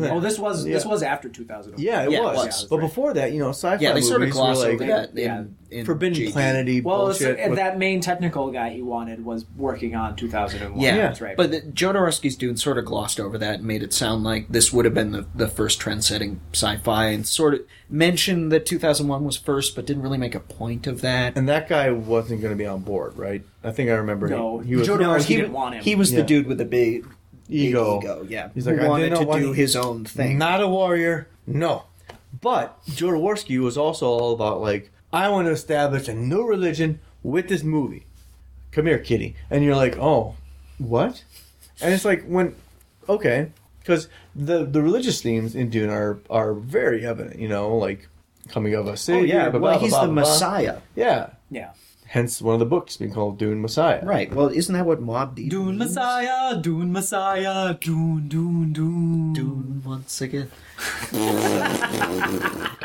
S3: Oh, this was this
S1: Yeah.
S3: was after 2001.
S1: Yeah, it
S2: Yeah, it
S1: was.
S2: was.
S1: But before that, you know, sci-fi
S2: Yeah, they
S1: movies
S2: sort of gloss
S1: were like
S2: over that. in-
S3: yeah.
S2: in
S1: Forbidden
S2: GD.
S1: Planety
S3: Well, it's-
S1: bullshit.
S3: and
S1: with-
S3: that main technical guy he wanted was working on 2001.
S2: Yeah,
S3: that's right.
S2: But the, Jodorowsky's Dune sort of glossed over that and made it sound like this would have been the, the first trend-setting sci-fi, and sort of mentioned that 2001 was first, but didn't really make a point of that.
S1: and that guy wasn't going to be on board, right? I think I remember.
S3: No,
S1: he, he was.
S3: Jodorowsky
S2: No,
S3: didn't want him.
S2: He was
S1: Yeah.
S2: the dude with the big big
S1: Ego.
S2: ego yeah,
S1: He's
S2: he's
S1: like,
S2: like
S1: I did
S2: wanted
S1: not
S2: to
S1: want
S2: do
S1: to-
S2: his own thing.
S1: Not a warrior. No. But Jodorowsky was also all about like, I want to establish a new religion with this movie. Come here, kitty. And you're like, oh, what? And it's like when, okay, because the the religious themes in Dune are are very evident. You know, like coming of a savior.
S2: oh yeah,
S1: blah,
S2: well
S1: blah,
S2: he's
S1: blah,
S2: the
S1: blah, blah.
S2: Messiah,
S1: Yeah.
S3: yeah.
S1: Hence one of the books being called Dune Messiah.
S2: right? Well, isn't that what Mob Deep?
S11: Dune
S2: means?
S11: Messiah, Dune Messiah, Dune, Dune, Dune.
S2: Dune once again.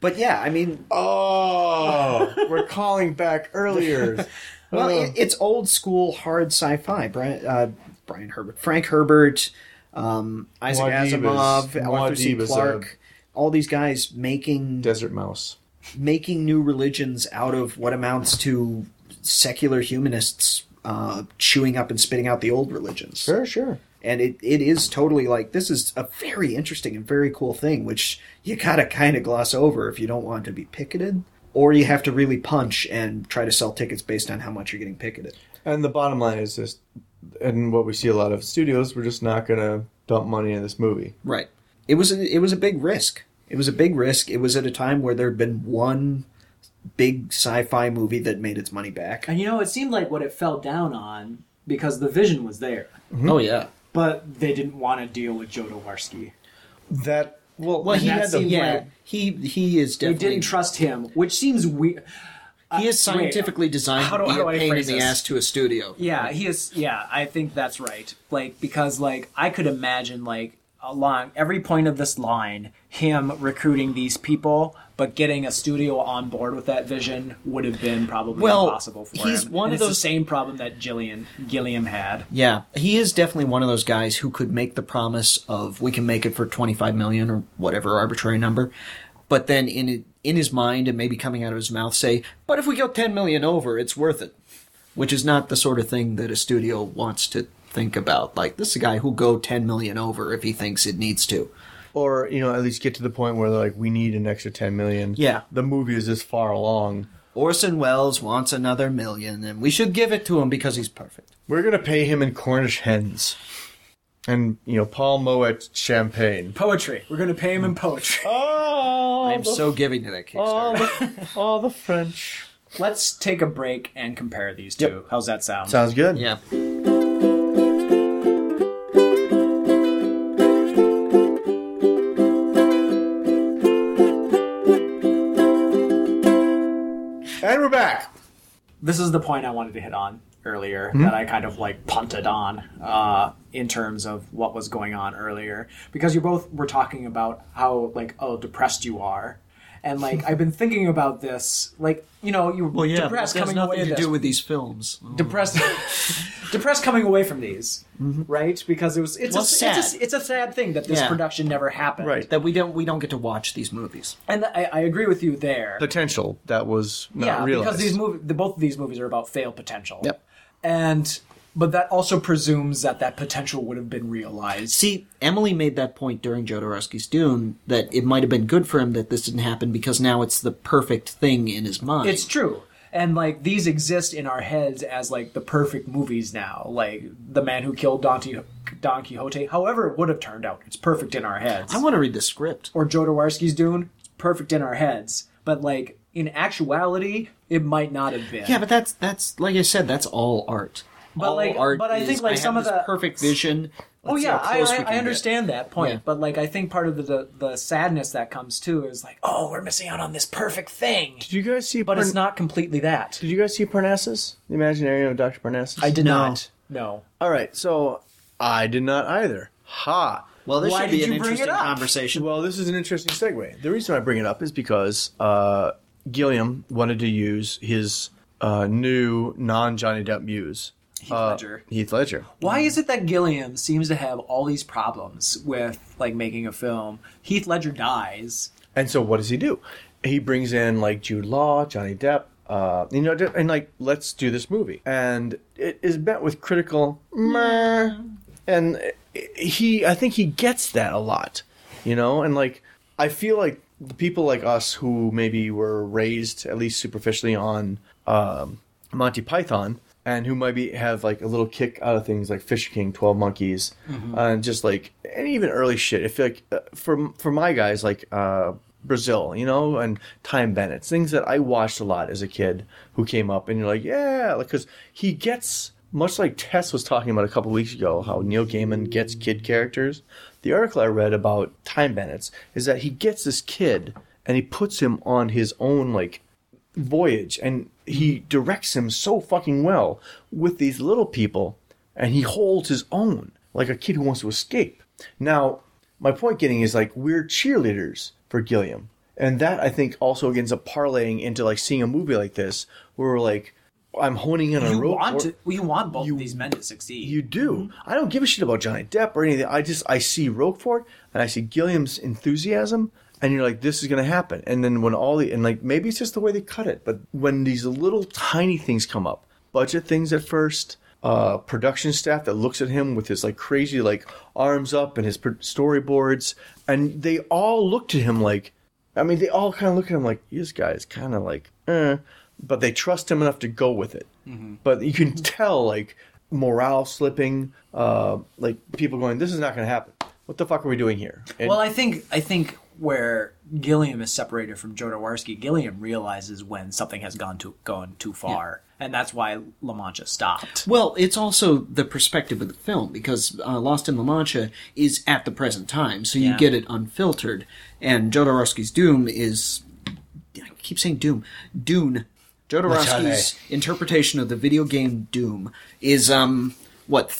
S2: but yeah, I mean,
S1: Oh, we're calling back earlier.
S2: Well, it, it's old school hard sci-fi. Brian, uh, Brian Herbert, Frank Herbert, um, Isaac
S1: Muad'Dib is-
S2: Asimov, Arthur C.
S1: Muad'Dib is a-
S2: Clarke, all these guys making
S1: Desert Mouse.
S2: making new religions out of what amounts to secular humanists uh, chewing up and spitting out the old religions.
S1: Sure, sure.
S2: And it, it is totally like this is a very interesting and very cool thing, which you gotta kind of gloss over if you don't want to be picketed. Or you have to really punch and try to sell tickets based on how much you're getting picketed.
S1: And the bottom line is just, and what we see a lot of studios, we're just not going to dump money in this movie.
S2: Right. It was a, it was a big risk. It was a big risk. It was at a time where there had been one big sci-fi movie that made its money back.
S3: And you know, it seemed like what it fell down on because the vision was there,
S2: Oh yeah.
S3: but they didn't want to deal with Jodorowsky.
S1: That well,
S2: Well,
S3: And
S2: he
S3: that
S2: had the
S3: seemed
S2: yeah.
S3: like-
S2: He he is
S3: They
S2: definitely
S3: didn't trust him, which seems weird.
S2: he is scientifically designed
S3: How
S2: to
S3: do-
S2: be
S3: how do
S2: a
S3: I
S2: pain in
S3: phrase
S2: the
S3: this?
S2: ass to a studio.
S3: Yeah, he is. Yeah, I think that's right. Like because like I could imagine like along every point of this line, him recruiting these people, but getting a studio on board with that vision would have been probably
S2: Well,
S3: impossible for
S2: he's
S3: him.
S2: one
S3: And
S2: of
S3: it's
S2: those-
S3: the same problem that Gillian Gilliam had.
S2: Yeah, he is definitely one of those guys who could make the promise of we can make it for 25 million or whatever arbitrary number, but then in in his mind and maybe coming out of his mouth say, "But if we go 10 million over, it's worth it." Which is not the sort of thing that a studio wants to think about. Like this is a guy who'll go 10 million over if he thinks it needs to.
S1: or you know at least get to the point where they're like we need an extra 10 million
S2: Yeah.
S1: the movie is this far along
S2: Orson Welles wants another million and we should give it to him because he's perfect.
S1: we're gonna pay him in cornish hens and you know paul moet champagne
S3: Poetry. We're going to pay him in poetry.
S1: oh
S2: I'm so giving to that Kickstarter.
S1: Ah, all the french
S3: Let's take a break and compare these two. How's that sound?
S1: sounds good
S2: yeah.
S1: and we're back
S3: this is the point I wanted to hit on earlier
S2: Hmm?
S3: that I kind of like punted on uh, in terms of what was going on earlier because you both were talking about how like oh depressed you are and like I've been thinking about this like you know you were
S2: Well, yeah, but
S3: depressed
S2: that has
S3: coming away
S2: nothing to
S3: this,
S2: do with these films.
S3: depressed depressed coming away from these right because it was it's
S2: Mm-hmm. Well,
S3: a, It's,
S2: sad.
S3: a, it's a sad thing that this
S2: Yeah.
S3: production never happened
S1: Right.
S2: that we don't we don't get to watch these movies.
S3: and I, I agree with you there
S1: potential that was not
S3: yeah,
S1: realized
S3: because these movies, the, both of these movies are about failed potential.
S2: Yep.
S3: And but that also presumes that that potential would have been realized.
S2: See, Emily made that point during Jodorowsky's Dune that it might have been good for him that this didn't happen because now it's the perfect thing in his mind.
S3: It's true. And like these exist in our heads as like the perfect movies now, like The Man Who Killed Don, T- Don Quixote. However, it would have turned out, it's perfect in our heads.
S2: I want to read the script.
S3: or Jodorowsky's Dune, it's perfect in our heads, but like in actuality, it might not have been.
S2: Yeah, but that's that's like I said, that's all art.
S3: But,
S2: all
S3: like-
S2: art
S3: but I think,
S2: is,
S3: like,
S2: have
S3: some of
S2: this
S3: the-
S2: perfect vision.
S3: oh
S2: Let's see
S3: yeah,
S2: how
S3: I,
S2: close we
S3: I,
S2: can
S3: I
S2: get.
S3: understand that point,
S2: Yeah.
S3: but like I think part of the, the the sadness that comes too is like, oh, we're missing out on this perfect thing.
S1: did you guys see
S3: but it's
S1: Parn-
S3: not completely that.
S1: did you guys see parnassus the imaginarium of dr parnassus
S3: I did
S2: No.
S3: not. No.
S1: all right so i did not either ha
S2: Well, this
S3: Why
S2: should be
S3: did
S2: an
S3: you bring it
S2: interesting
S3: up?
S2: conversation.
S1: Well, this is an interesting segue. The reason I bring it up is because uh, Gilliam wanted to use his uh, new non Johnny Depp muse,
S3: Heath
S1: uh,
S3: Ledger.
S1: Heath Ledger.
S3: Why is it that Gilliam seems to have all these problems with like making a film? Heath Ledger dies.
S1: And so, what does he do? He brings in like Jude Law, Johnny Depp, uh, you know, and like let's do this movie. And it is met with critical, meh. and he, I think he gets that a lot, you know, and like I feel like the people like us who maybe were raised at least superficially on um, Monty Python and who maybe have like a little kick out of things like Fish King, Twelve Monkeys, uh, and just like and even early shit. I feel like uh, for for my guys like uh, Brazil, you know, and Time Bennett's things that I watched a lot as a kid who came up and you're like, yeah, because he gets much like Tess was talking about a couple weeks ago, how Neil Gaiman gets kid characters. The article I read about Time Bennett's is that he gets this kid and he puts him on his own like voyage and he directs him so fucking well with these little people and he holds his own like a kid who wants to escape now my point getting is like we're cheerleaders for gilliam and that i think also ends up parlaying into like seeing a movie like this where we're like i'm honing in on
S3: You
S1: a rope
S3: want
S1: or-
S3: to, well, you want both of these men to succeed.
S1: you do. I don't give a shit about Johnny Depp or anything. I just I see Roquefort and I see Gilliam's enthusiasm, and you're like, this is gonna happen. And then when all the and like maybe it's just the way they cut it, but when these little tiny things come up, budget things at first, uh, production staff that looks at him with his like crazy like arms up and his pr- storyboards, and they all look to him like, I mean, they all kind of look at him like this guy is kind of like, eh, but they trust him enough to go with it. But you can tell like morale slipping, uh, like people going, "This is not going to happen. What the fuck are we doing here?" And
S3: Well, I think I think where Gilliam is separated from Jodorowsky, Gilliam realizes when something has gone too gone too far, and that's why La Mancha stopped.
S2: Well, it's also the perspective of the film because uh, Lost in La Mancha is at the present time, so
S3: Yeah.
S2: you get it unfiltered. And Jodorowsky's Doom is. I keep saying Doom. Dune. Jodorowsky's interpretation of the video game Doom is um what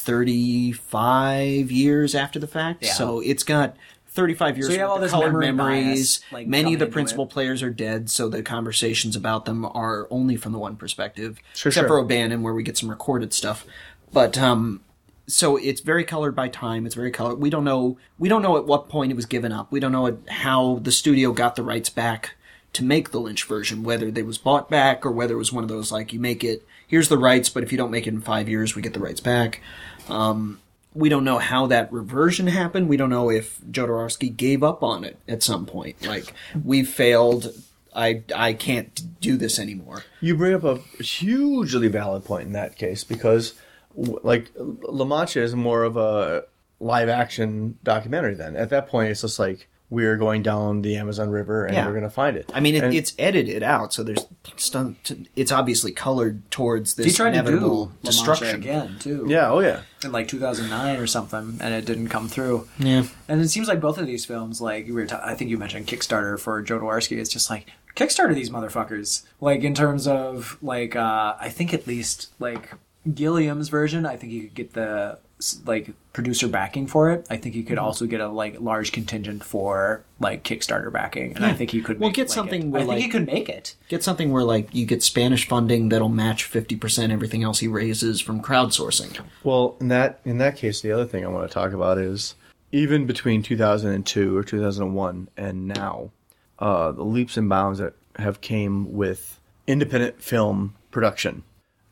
S2: 35 years after the fact.
S3: Yeah.
S2: So it's got 35 years
S3: So you have
S2: worth
S3: all
S2: of
S3: this
S2: colored
S3: memory
S2: memories.
S3: bias, like,
S2: Many
S3: coming
S2: of the
S3: into
S2: principal
S3: it.
S2: players are dead, so the conversations about them are only from the one perspective,
S1: Sure,
S2: except
S1: sure.
S2: for O'Bannon, where we get some recorded stuff. But um, so it's very colored by time. It's very colored. We don't know. We don't know at what point it was given up. We don't know at how the studio got the rights back to make the Lynch version. Whether they was bought back or whether it was one of those like you make it. Here's the rights, but if you don't make it in five years, we get the rights back. Um, we don't know how that reversion happened. We don't know if Jodorowsky gave up on it at some point. Like we failed. I I can't do this anymore.
S1: You bring up a hugely valid point in that case because, w- like, La Mancha is more of a live action documentary. Then at that point, it's just like we're going down the Amazon River and
S2: Yeah.
S1: we're going to find it.
S2: I mean, it,
S1: And-
S2: it's edited out, so there's stunt. It's obviously colored towards this
S3: He tried to do La
S2: inevitable
S3: Mancha
S2: destruction.
S3: again too.
S1: yeah, oh yeah.
S3: in like 2009 or something, and it didn't come through.
S2: Yeah.
S3: And it seems like both of these films, like we were, ta- I think you mentioned Kickstarter for Jodorowsky. It's just like Kickstarter these motherfuckers. Like in terms of like, uh, I think at least like Gilliam's version, I think you could get the s- like producer backing for it. I think you
S2: Mm-hmm.
S3: could also get a like large contingent for like Kickstarter backing, and I think he could.
S2: Well,
S3: make,
S2: get
S3: like,
S2: something
S3: it.
S2: where,
S3: I think
S2: like-
S3: he could make it.
S2: Get something where like you get Spanish funding that'll match fifty percent everything else he raises from crowdsourcing.
S1: Well, in that in that case, the other thing I want to talk about is even between 2002 or 2001 and now, uh, the leaps and bounds that have came with independent film production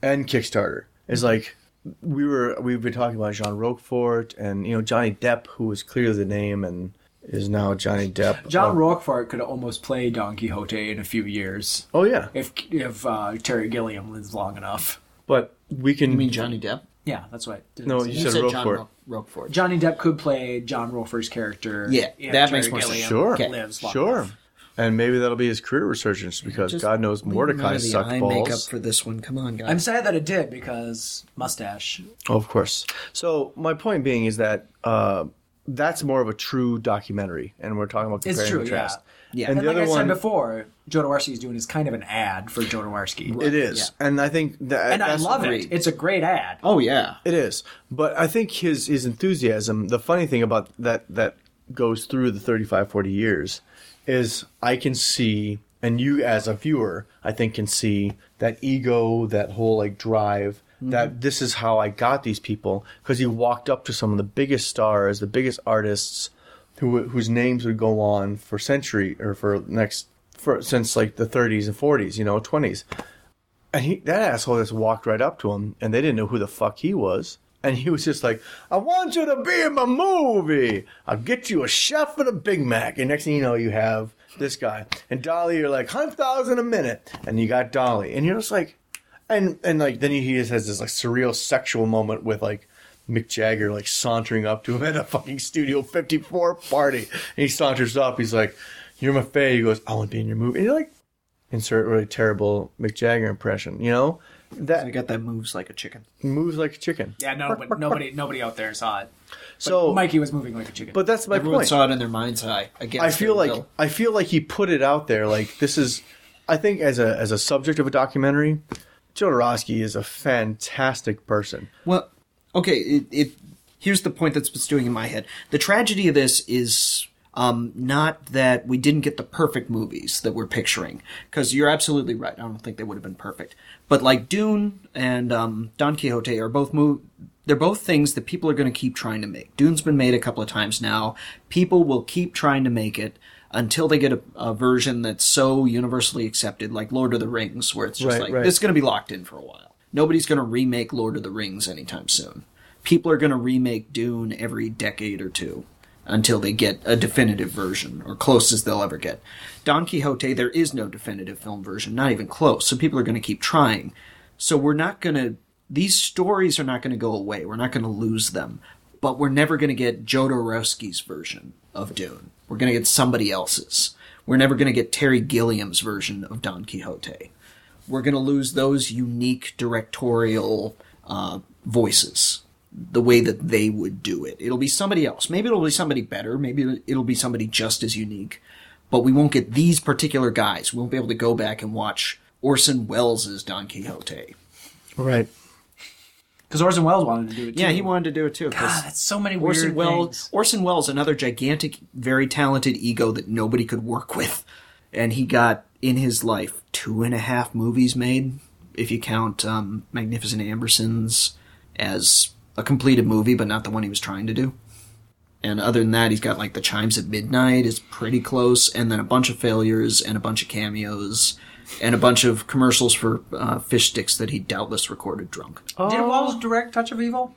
S1: and Kickstarter is like we were we've been talking about Jean Roquefort and you know Johnny Depp, who was clearly the name and is now Johnny Depp.
S3: John
S1: Oh,
S3: Roquefort could almost play Don Quixote in a few years
S1: oh yeah,
S3: if if uh, Terry Gilliam lives long enough.
S1: but we can.
S2: You mean Johnny Depp?
S3: Yeah, that's right.
S1: No, you,
S2: You
S1: said,
S2: said John
S1: Roquefort.
S2: Ro- Roquefort.
S3: Johnny Depp could play John Rolfer's character.
S2: Yeah,
S3: if
S2: that
S3: Terry
S2: makes more
S3: Gilliam
S2: sense.
S1: Sure,
S3: Lives long
S1: sure.
S3: enough.
S1: And maybe that'll be his career resurgence because
S2: Just
S1: God knows Mordecai
S2: remember the
S1: sucked
S2: eye
S1: balls.
S2: makeup for this one. Come on, guys.
S3: I'm sad that it did because mustache.
S1: Oh, of course. So my point being is that uh, that's more of a true documentary, and we're talking about
S3: It's
S1: comparing
S3: true,
S1: and
S3: yeah.
S1: contrast.
S2: Yeah.
S1: and,
S3: And,
S1: the
S3: like
S1: other
S3: I said
S1: one
S3: before, Jodorowsky is doing is kind of an ad for Jodorowsky.
S1: it is, and I think that
S3: And I
S1: that's-
S3: love it. It's a great ad.
S2: oh yeah.
S1: It is, but I think his his enthusiasm. The funny thing about that that goes through the 35, 40 years is I can see, and you as a viewer, I think can see that ego, that whole like drive. That this is how I got these people because he walked up to some of the biggest stars, the biggest artists, who whose names would go on for century or for next for since like the 30s and 40s, you know, 20s. And he, that asshole just walked right up to him, and they didn't know who the fuck he was. And he was just like, "I want you to be in my movie. I'll get you a chef and a Big Mac." And next thing you know, you have this guy and Dolly. You're like hundred thousand a minute, and you got Dolly, and you're just like, and and like then he just has this like surreal sexual moment with like Mick Jagger like sauntering up to him at a fucking Studio 54 party, and he saunters up. He's like, "You're my fae." He goes, "I want to be in your movie." And you're like, insert really terrible Mick Jagger impression. You know
S2: I
S1: that
S2: got that moves like a chicken.
S1: moves like a chicken.
S3: Yeah, no, but nobody, nobody out there saw it.
S1: So,
S3: Mikey was moving like a chicken.
S1: but that's my
S2: Everyone
S1: point.
S2: saw it in their mind's eye. Again,
S1: I feel like I feel like he put it out there. Like this is, I think as a as a subject of a documentary, Jodorowsky is a fantastic person.
S2: Well, okay. It, it here's the point that's been doing in my head. The tragedy of this is um, not that we didn't get the perfect movies that we're picturing, because you're absolutely right. I don't think they would have been perfect. But like Dune and um, Don Quixote are both mov They're both things that people are going to keep trying to make. Dune's been made a couple of times now. People will keep trying to make it until they get a, a version that's so universally accepted, like Lord of the Rings, where it's just
S1: Right,
S2: like
S1: right.
S2: this going to be locked in for a while. Nobody's going to remake Lord of the Rings anytime soon. People are going to remake Dune every decade or two until they get a definitive version or closest they'll ever get. Don Quixote, there is no definitive film version, not even close. So people are going to keep trying. So we're not going to, these stories are not going to go away. We're not going to lose them. But we're never going to get Jodorowsky's version of Dune. We're going to get somebody else's. We're never going to get Terry Gilliam's version of Don Quixote we're going to lose those unique directorial uh, voices the way that they would do it it'll be somebody else maybe it'll be somebody better maybe it'll be somebody just as unique but we won't get these particular guys we won't be able to go back and watch orson welles' don quixote
S1: Right.
S3: Because Orson Welles wanted to do it. Too.
S2: Yeah, he wanted to do it too. 'cause
S3: God, that's so many weird
S2: Orson Welles.
S3: things.
S2: Orson Welles, another gigantic, very talented ego that nobody could work with, and he got in his life two and a half movies made, if you count um, Magnificent Ambersons as a completed movie, but not the one he was trying to do. And other than that, he's got like The Chimes at Midnight is pretty close, and then a bunch of failures and a bunch of cameos. And a bunch of commercials for uh, fish sticks that he doubtless recorded drunk.
S3: Did Wells direct Touch of Evil?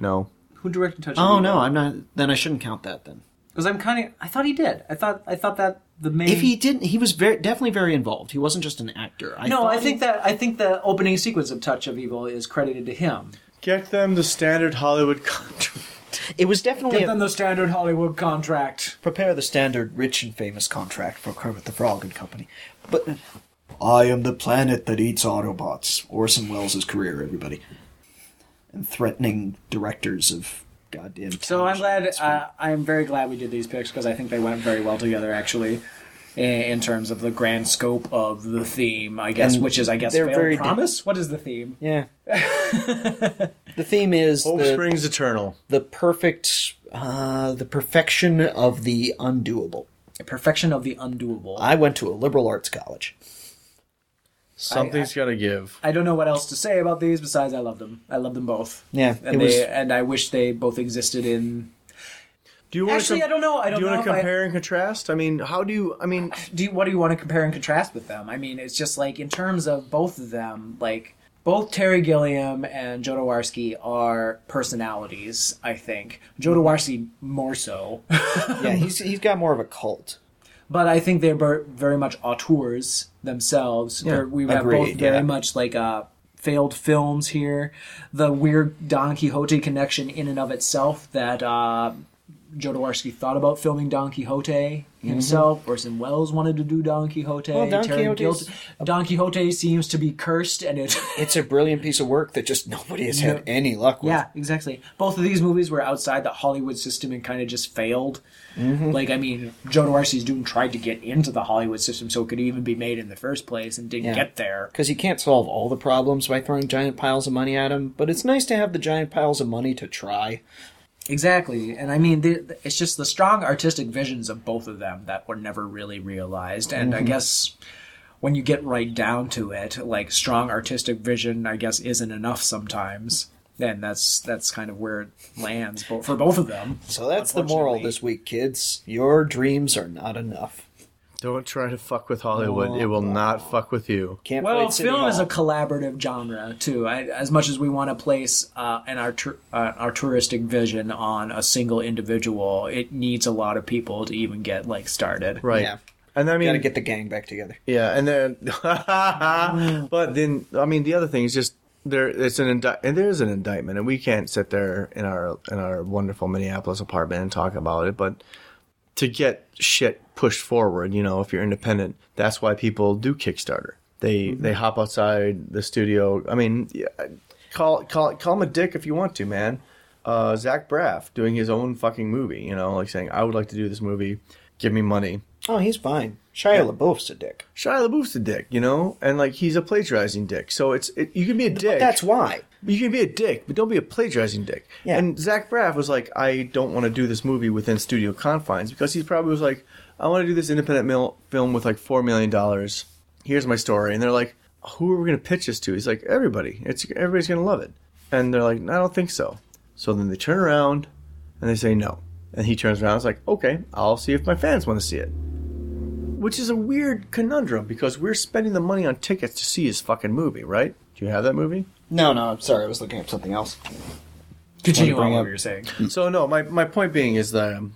S1: No.
S3: Who directed Touch of Evil?
S2: Oh no, I'm not. Then I shouldn't count that. Then
S3: Because I'm kind of. I thought he did. I thought. I thought that the main.
S2: if he didn't, he was very definitely very involved. He wasn't just an actor. I
S3: No,
S2: thought
S3: I
S2: he-
S3: think that I think the opening sequence of Touch of Evil is credited to him.
S1: Get them the standard Hollywood contract.
S2: it was definitely
S3: Give
S2: a,
S3: them the standard Hollywood contract.
S2: prepare the standard rich and famous contract for Kermit the Frog and Company. But I am the planet that eats Autobots. Orson Welles' career, everybody, and threatening directors of goddamn.
S3: So I'm glad.
S2: television.
S3: Uh, I'm very glad we did these picks because I think they went very well together, actually, i- in terms of the grand scope of the theme. I guess,
S2: And
S3: which is, I guess,
S2: they're
S3: failed
S2: very di-
S3: promise. what is the theme?
S2: yeah. the theme is
S1: Hope
S2: the,
S1: Springs Eternal.
S2: the perfect, uh, the perfection of the undoable.
S3: Perfection of the undoable. I,
S2: I went to a liberal arts college.
S1: Something's got to give.
S3: don't know what else to say about these besides I love them. I love them both.
S2: Yeah,
S3: and
S2: it
S3: they
S2: was-
S3: and I wish they both existed in.
S1: Do you want
S3: Actually,
S1: to
S3: I don't know. I don't
S1: do you
S3: know.
S1: want to
S3: if I-
S1: compare and contrast? I mean, how do you? I mean,
S3: do you, what do you want to compare and contrast with them? I mean, it's just like in terms of both of them, like both Terry Gilliam and Jodorowsky are personalities. I think Jodorowsky more so,
S2: Yeah, he's he's got more of a cult.
S3: but I think they're ver- very much auteurs themselves. They're- we have both
S2: agreed,
S3: very
S2: yeah.
S3: much like uh, failed films here. The weird Don Quixote connection in and of itself that. Uh, Jodorowsky thought about filming Don Quixote
S2: Mm-hmm.
S3: himself. Orson Welles wanted to do Don Quixote.
S2: Don
S3: Terry
S2: Quixote's-
S3: Gil- Don Quixote seems to be cursed, and it.
S2: It's a brilliant piece of work that just nobody has had any luck with.
S3: yeah, exactly. Both of these movies were outside the Hollywood system and kind of just failed. Like, I mean, Jodorowsky's Dune tried to get into the Hollywood system so it could even be made in the first place and didn't get there.
S2: Because you can't solve all the problems by throwing giant piles of money at them, but it's nice to have the giant piles of money to try.
S3: Exactly, and I mean, the, the- it's just the strong artistic visions of both of them that were never really realized. And I guess when you get right down to it, like strong artistic vision, I guess isn't enough sometimes. And that's that's kind of where it lands bo- for both of them.
S2: So that's the moral
S3: Unfortunately.
S2: this week, kids. Your dreams are not enough.
S1: don't try to fuck with Hollywood. It will not fuck with you.
S2: Can't
S3: Well,
S2: fight City
S3: film is
S2: Hall.
S3: a collaborative genre too. I, as much as we want to place uh, an artur- uh, our touristic vision on a single individual, it needs a lot of people to even get like started.
S1: Right.
S2: Yeah.
S1: And I mean,
S2: Gotta get the gang back together.
S1: Yeah, and then, but then I mean the other thing is just there. It's an indi- and there is an indictment, and we can't sit there in our in our wonderful Minneapolis apartment and talk about it. But to get shit pushed forward, you know, if you're independent, that's why people do Kickstarter. They they hop outside the studio. I mean, yeah, call call call him a dick if you want to, man. Uh, Zach Braff doing his own fucking movie, you know, like saying, "I would like to do this movie. Give me money."
S2: Oh, he's fine. Shia LaBeouf's a dick.
S1: Shia LaBeouf's a dick, you know, and like he's a plagiarizing dick. So it's it, you can be a dick.
S2: That's why.
S1: you can be a dick, but don't be a plagiarizing dick.
S2: Yeah.
S1: And Zach Braff was like, I don't want to do this movie within studio confines because he probably was like, I want to do this independent mil- film with like four million dollars. Here's my story, and they're like, Who are we going to pitch this to? He's like, Everybody. It's everybody's going to love it. And they're like, I don't think so. So then they turn around and they say no. And he turns around. and is like, Okay, I'll see if my fans want to see it which is a weird conundrum because we're spending the money on tickets to see his fucking movie, right? Do you have that movie?
S2: No, no, I'm sorry. I was looking at something else.
S3: Continue
S2: Wanna
S3: on
S2: bring
S3: what
S2: up-
S3: you're saying.
S1: So no, my, my point being is that um,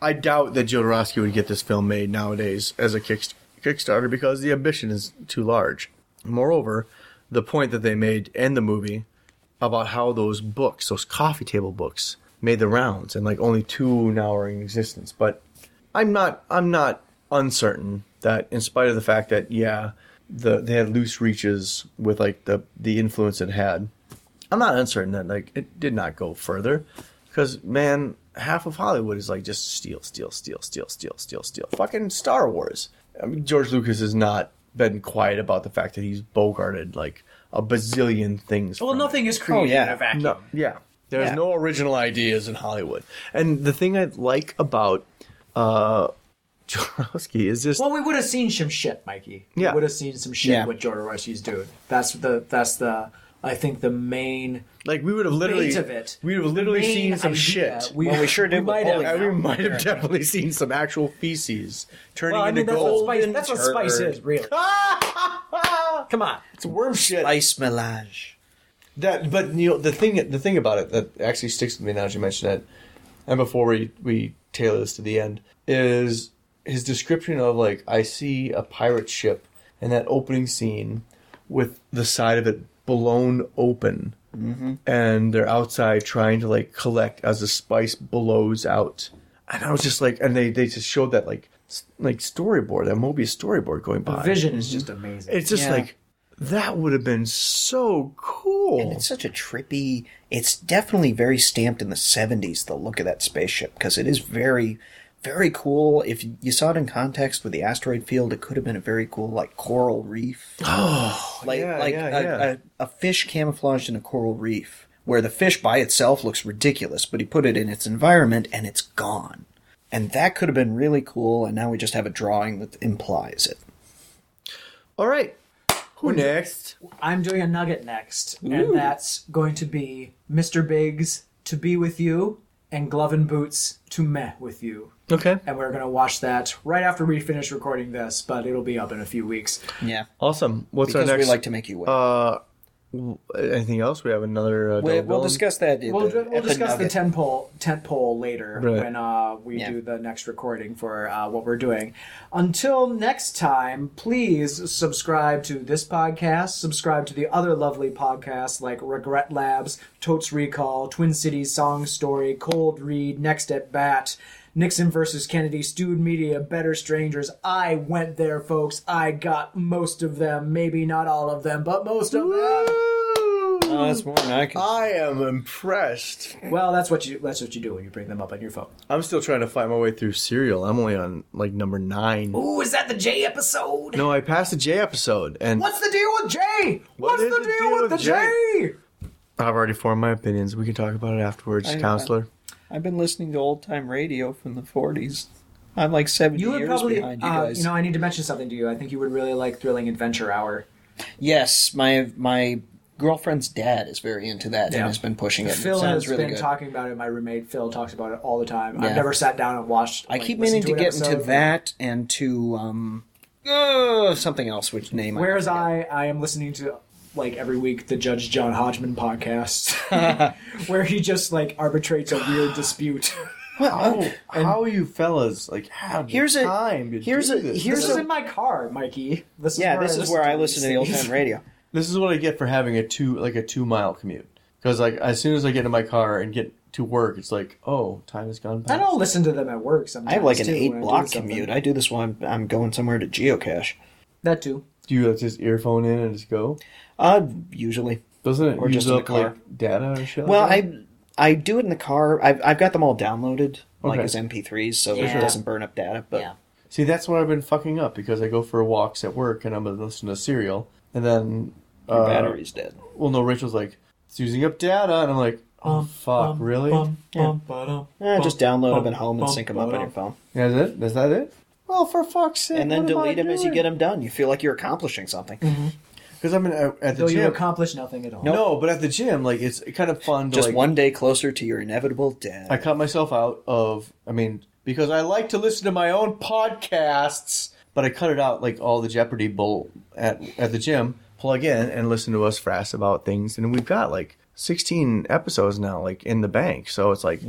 S1: I doubt that Jodorowsky would get this film made nowadays as a kick, Kickstarter because the ambition is too large. Moreover, the point that they made in the movie about how those books, those coffee table books, made the rounds and like only two now are in existence. But I'm not I'm not uncertain that in spite of the fact that yeah, the they had loose reaches with like the the influence it had. I'm not uncertain that like it did not go further, because man, half of Hollywood is like just steal, steal, steal, steal, steal, steal, steal. Fucking Star Wars. I mean, George Lucas has not been quiet about the fact that he's bogarted like a bazillion things.
S3: Well,
S1: from it.
S3: nothing is created
S2: yeah.
S3: in a vacuum.
S1: No, yeah. There's
S2: Yeah.
S1: no original ideas in Hollywood. And the thing I like about uh Jodorowsky is just
S3: Well, we would have seen some shit, Mikey.
S1: Yeah.
S3: we would have seen some shit
S2: Yeah.
S3: what Jodorowsky's doing. That's the that's the I think the main
S1: like we would have literally
S3: bait of it.
S1: we would have
S3: The
S1: literally
S3: main
S1: seen some
S3: idea.
S1: shit. We,
S3: We,
S2: Well, we sure did with
S3: might have.
S2: Holy
S1: we might have definitely seen some actual feces turning
S3: Well, I mean,
S1: into
S3: that's what,
S1: gold.
S3: spice, that's what spice is, really. Come on.
S1: It's worm shit.
S2: Ice melange.
S1: That, but you know, the thing the thing about it that actually sticks with me now that you mention it, and before we we tailor this to the end is his description of like I see a pirate ship and that opening scene with the side of it blown open, and they're outside trying to like collect as the spice blows out, and I was just like, and they they just showed that like s- like storyboard that Mobius storyboard going by.
S3: The vision is just amazing.
S1: It's just
S2: Yeah.
S1: like. That would have been so cool.
S2: And it's such a trippy. It's definitely very stamped in the 70s, the look of that spaceship, because it is very, very cool. If you saw it in context with the asteroid field, it could have been a very cool, like, coral reef. Oh, like,
S1: yeah,
S2: like
S1: yeah,
S2: a,
S1: yeah.
S2: A, a fish camouflaged in a coral reef, where the fish by itself looks ridiculous, but he put it in its environment and it's gone. And that could have been really cool, and now we just have a drawing that implies it.
S1: All right. Who next?
S3: I'm doing a nugget next, and that's going to be Mr. Biggs to be with you and Glove and Boots to meh with you.
S1: Okay.
S3: And we're going to watch that right after we finish recording this, but it'll be up in a few weeks.
S2: Yeah,
S1: Awesome. What's
S2: because
S1: our next?
S2: we like to make you wait.
S1: uh, w- anything else? We have another. Uh,
S2: we,
S1: double
S2: will
S1: villain?
S2: discuss that. in
S3: We'll,
S2: the-
S3: we'll
S2: at the
S3: discuss the
S2: nugget.
S3: ten pole tent pole later
S1: Right.
S3: when uh, we
S2: Yeah.
S3: do the next recording for uh, what we're doing. Until next time, please subscribe to this podcast. Subscribe to the other lovely podcasts like Regret Labs, Totes Recall, Twin Cities Song Story, Cold Read, Next at Bat. Nixon versus Kennedy, Stewed Media, Better Strangers. I went there, folks. I got most of them. Maybe not all of them, but most of them.
S1: Woo!
S2: Oh, that's more than I can.
S3: Um,
S1: I am impressed.
S3: Well, that's what you that's what you do when you bring them up on your phone.
S1: I'm still trying to find my way through Serial. I'm only on like number nine.
S3: Ooh, is that the J episode?
S1: No, I passed the J episode, and
S3: What's the deal with J?
S1: What
S3: What's
S1: is
S3: the deal, with, the J?
S1: I've already formed my opinions. We can talk about it afterwards, counselor.
S2: I've been listening to old time radio from the 40s. I'm like 70
S3: You would
S2: years
S3: probably,
S2: behind you
S3: uh,
S2: guys.
S3: you know, I need to mention something to you. I think you would really like Thrilling Adventure Hour.
S2: yes, my my girlfriend's dad is very into that
S3: Yeah.
S2: and has been pushing it.
S3: Phil
S2: it
S3: has
S2: sounds really
S3: been
S2: good.
S3: talking about it. My roommate Phil talks about it all the time.
S2: Yeah.
S3: I've never sat down and watched.
S2: I
S3: like,
S2: keep meaning
S3: listened
S2: to
S3: an
S2: get into
S3: episode.
S2: that and to um uh, something else which name I
S3: Whereas I, I am listening to like every week the Judge John Hodgman podcast, where he just like arbitrates a weird dispute.
S1: How, how you fellas like have
S2: Here's
S1: the
S2: a-
S1: time to
S2: here's
S1: do
S2: a-
S1: this?
S2: here's
S3: this
S2: a-
S3: is in my car, Mikey. This is
S2: Yeah,
S3: where
S2: this is where I listen to the old
S3: these
S2: time radio.
S1: this is what I get for having a two like a two mile commute. Because like as soon as I get in my car and get to work, it's like oh time has gone past.
S3: I don't listen to them at work sometimes.
S2: I have like an
S3: too, when
S2: eight
S3: I'm
S2: block
S3: doing something.
S2: commute. I do this while I'm, I'm going somewhere to geocache.
S3: That too.
S1: Do you like, just earphone in and just go?
S2: Uh, usually.
S1: Doesn't it
S2: Or
S1: use
S2: just in the
S1: up
S2: car.
S1: like data or shit? like
S2: Well,
S1: that?
S2: I I do it in the car. I've, I've got them all downloaded, like
S1: Okay.
S2: as MP3s, so
S3: Yeah.
S2: it doesn't burn up data. But
S3: Yeah.
S1: see that's what I've been fucking up because I go for walks at work and I'm listening to Serial and then
S2: your
S1: uh,
S2: battery's dead.
S1: Well, no, Rachel's like it's using up data, and I'm like, oh
S2: Um,
S1: fuck, really?
S2: Eh, just download them at home and sync them up on your phone,
S1: That's it? Is that it? Well, for fuck's sake!
S2: and then delete them as you get them done. You feel like you're accomplishing something.
S3: Mm-hmm.
S1: Because I'm in, at at the
S3: Though you
S1: gym.
S3: accomplish nothing at all.
S1: No, but at the gym, like it's kind of fun to
S2: Just
S1: like.
S2: one day closer to your inevitable death.
S1: I cut myself out of. I mean, because I like to listen to my own podcasts, but I cut it out like all the Jeopardy bull at at the gym. Plug in and listen to us frass about things, and we've got like sixteen episodes now, like in the bank. So it's like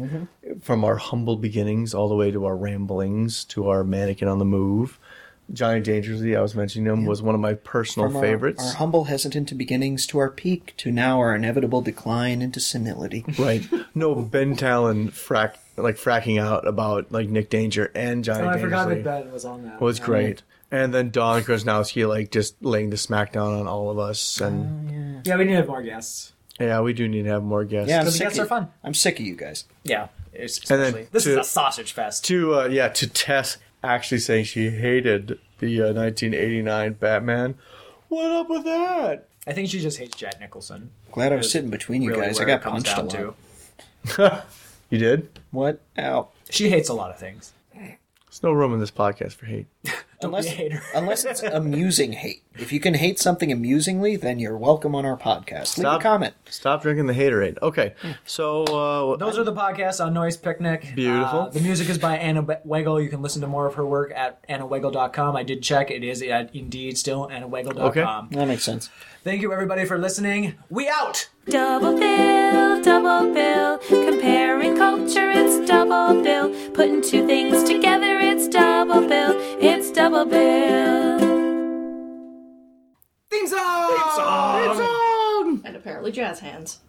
S1: from our humble beginnings all the way to our ramblings to our mannequin on the move. Johnny Dangerously, I was mentioning him, was one of my personal
S2: From our-
S1: favorites.
S2: Our, humble, hesitant beginnings to our peak, to now our inevitable decline into senility.
S1: Right. No, Ben Talon frack like fracking out about like Nick Danger and Johnny.
S3: Oh, I forgot
S1: Dangerously
S3: that Ben was on that.
S1: was
S3: Yeah.
S1: great. And then Don Krasnowski like just laying the smack down on all of us. And
S3: Yeah, we need to have more guests.
S1: Oh, yeah, we do need to have more guests.
S2: Yeah, I'm
S3: Because
S2: sick,
S3: guests
S2: of,
S3: are fun.
S2: I'm sick of you guys.
S3: Yeah.
S1: And then
S3: this is
S1: to-
S3: a sausage fest.
S1: To uh, yeah, to Tess actually saying she hated the uh, 1989 Batman. What up with that?
S3: I think she just hates Jack Nicholson.
S2: Glad I was sitting between you
S3: Really
S2: guys. I
S3: where
S2: got
S3: it comes
S2: punched a
S3: down
S2: lot.
S3: to.
S1: You did?
S2: What? Ow.
S3: She hates a lot of things.
S1: There's no room in this podcast for hate.
S3: Don't
S2: Unless-
S3: be a hater.
S2: Unless it's amusing hate. If you can hate something amusingly, then you're welcome on our podcast. Leave
S1: Stop.
S2: a comment.
S1: Stop drinking the haterade. Okay, so uh,
S3: Those are the podcasts on Noise Picnic.
S1: Beautiful.
S3: Uh, the music is by Anna Be- Weigel. You can listen to more of her work at annawegel.com. I did check. It is at indeed still annawegel.com.
S2: That makes sense.
S3: Thank you, everybody, for listening. We out!
S4: Double bill, double bill, comparing culture, it's double bill. Putting two things together, it's double bill, it's double bill.
S12: And apparently jazz hands.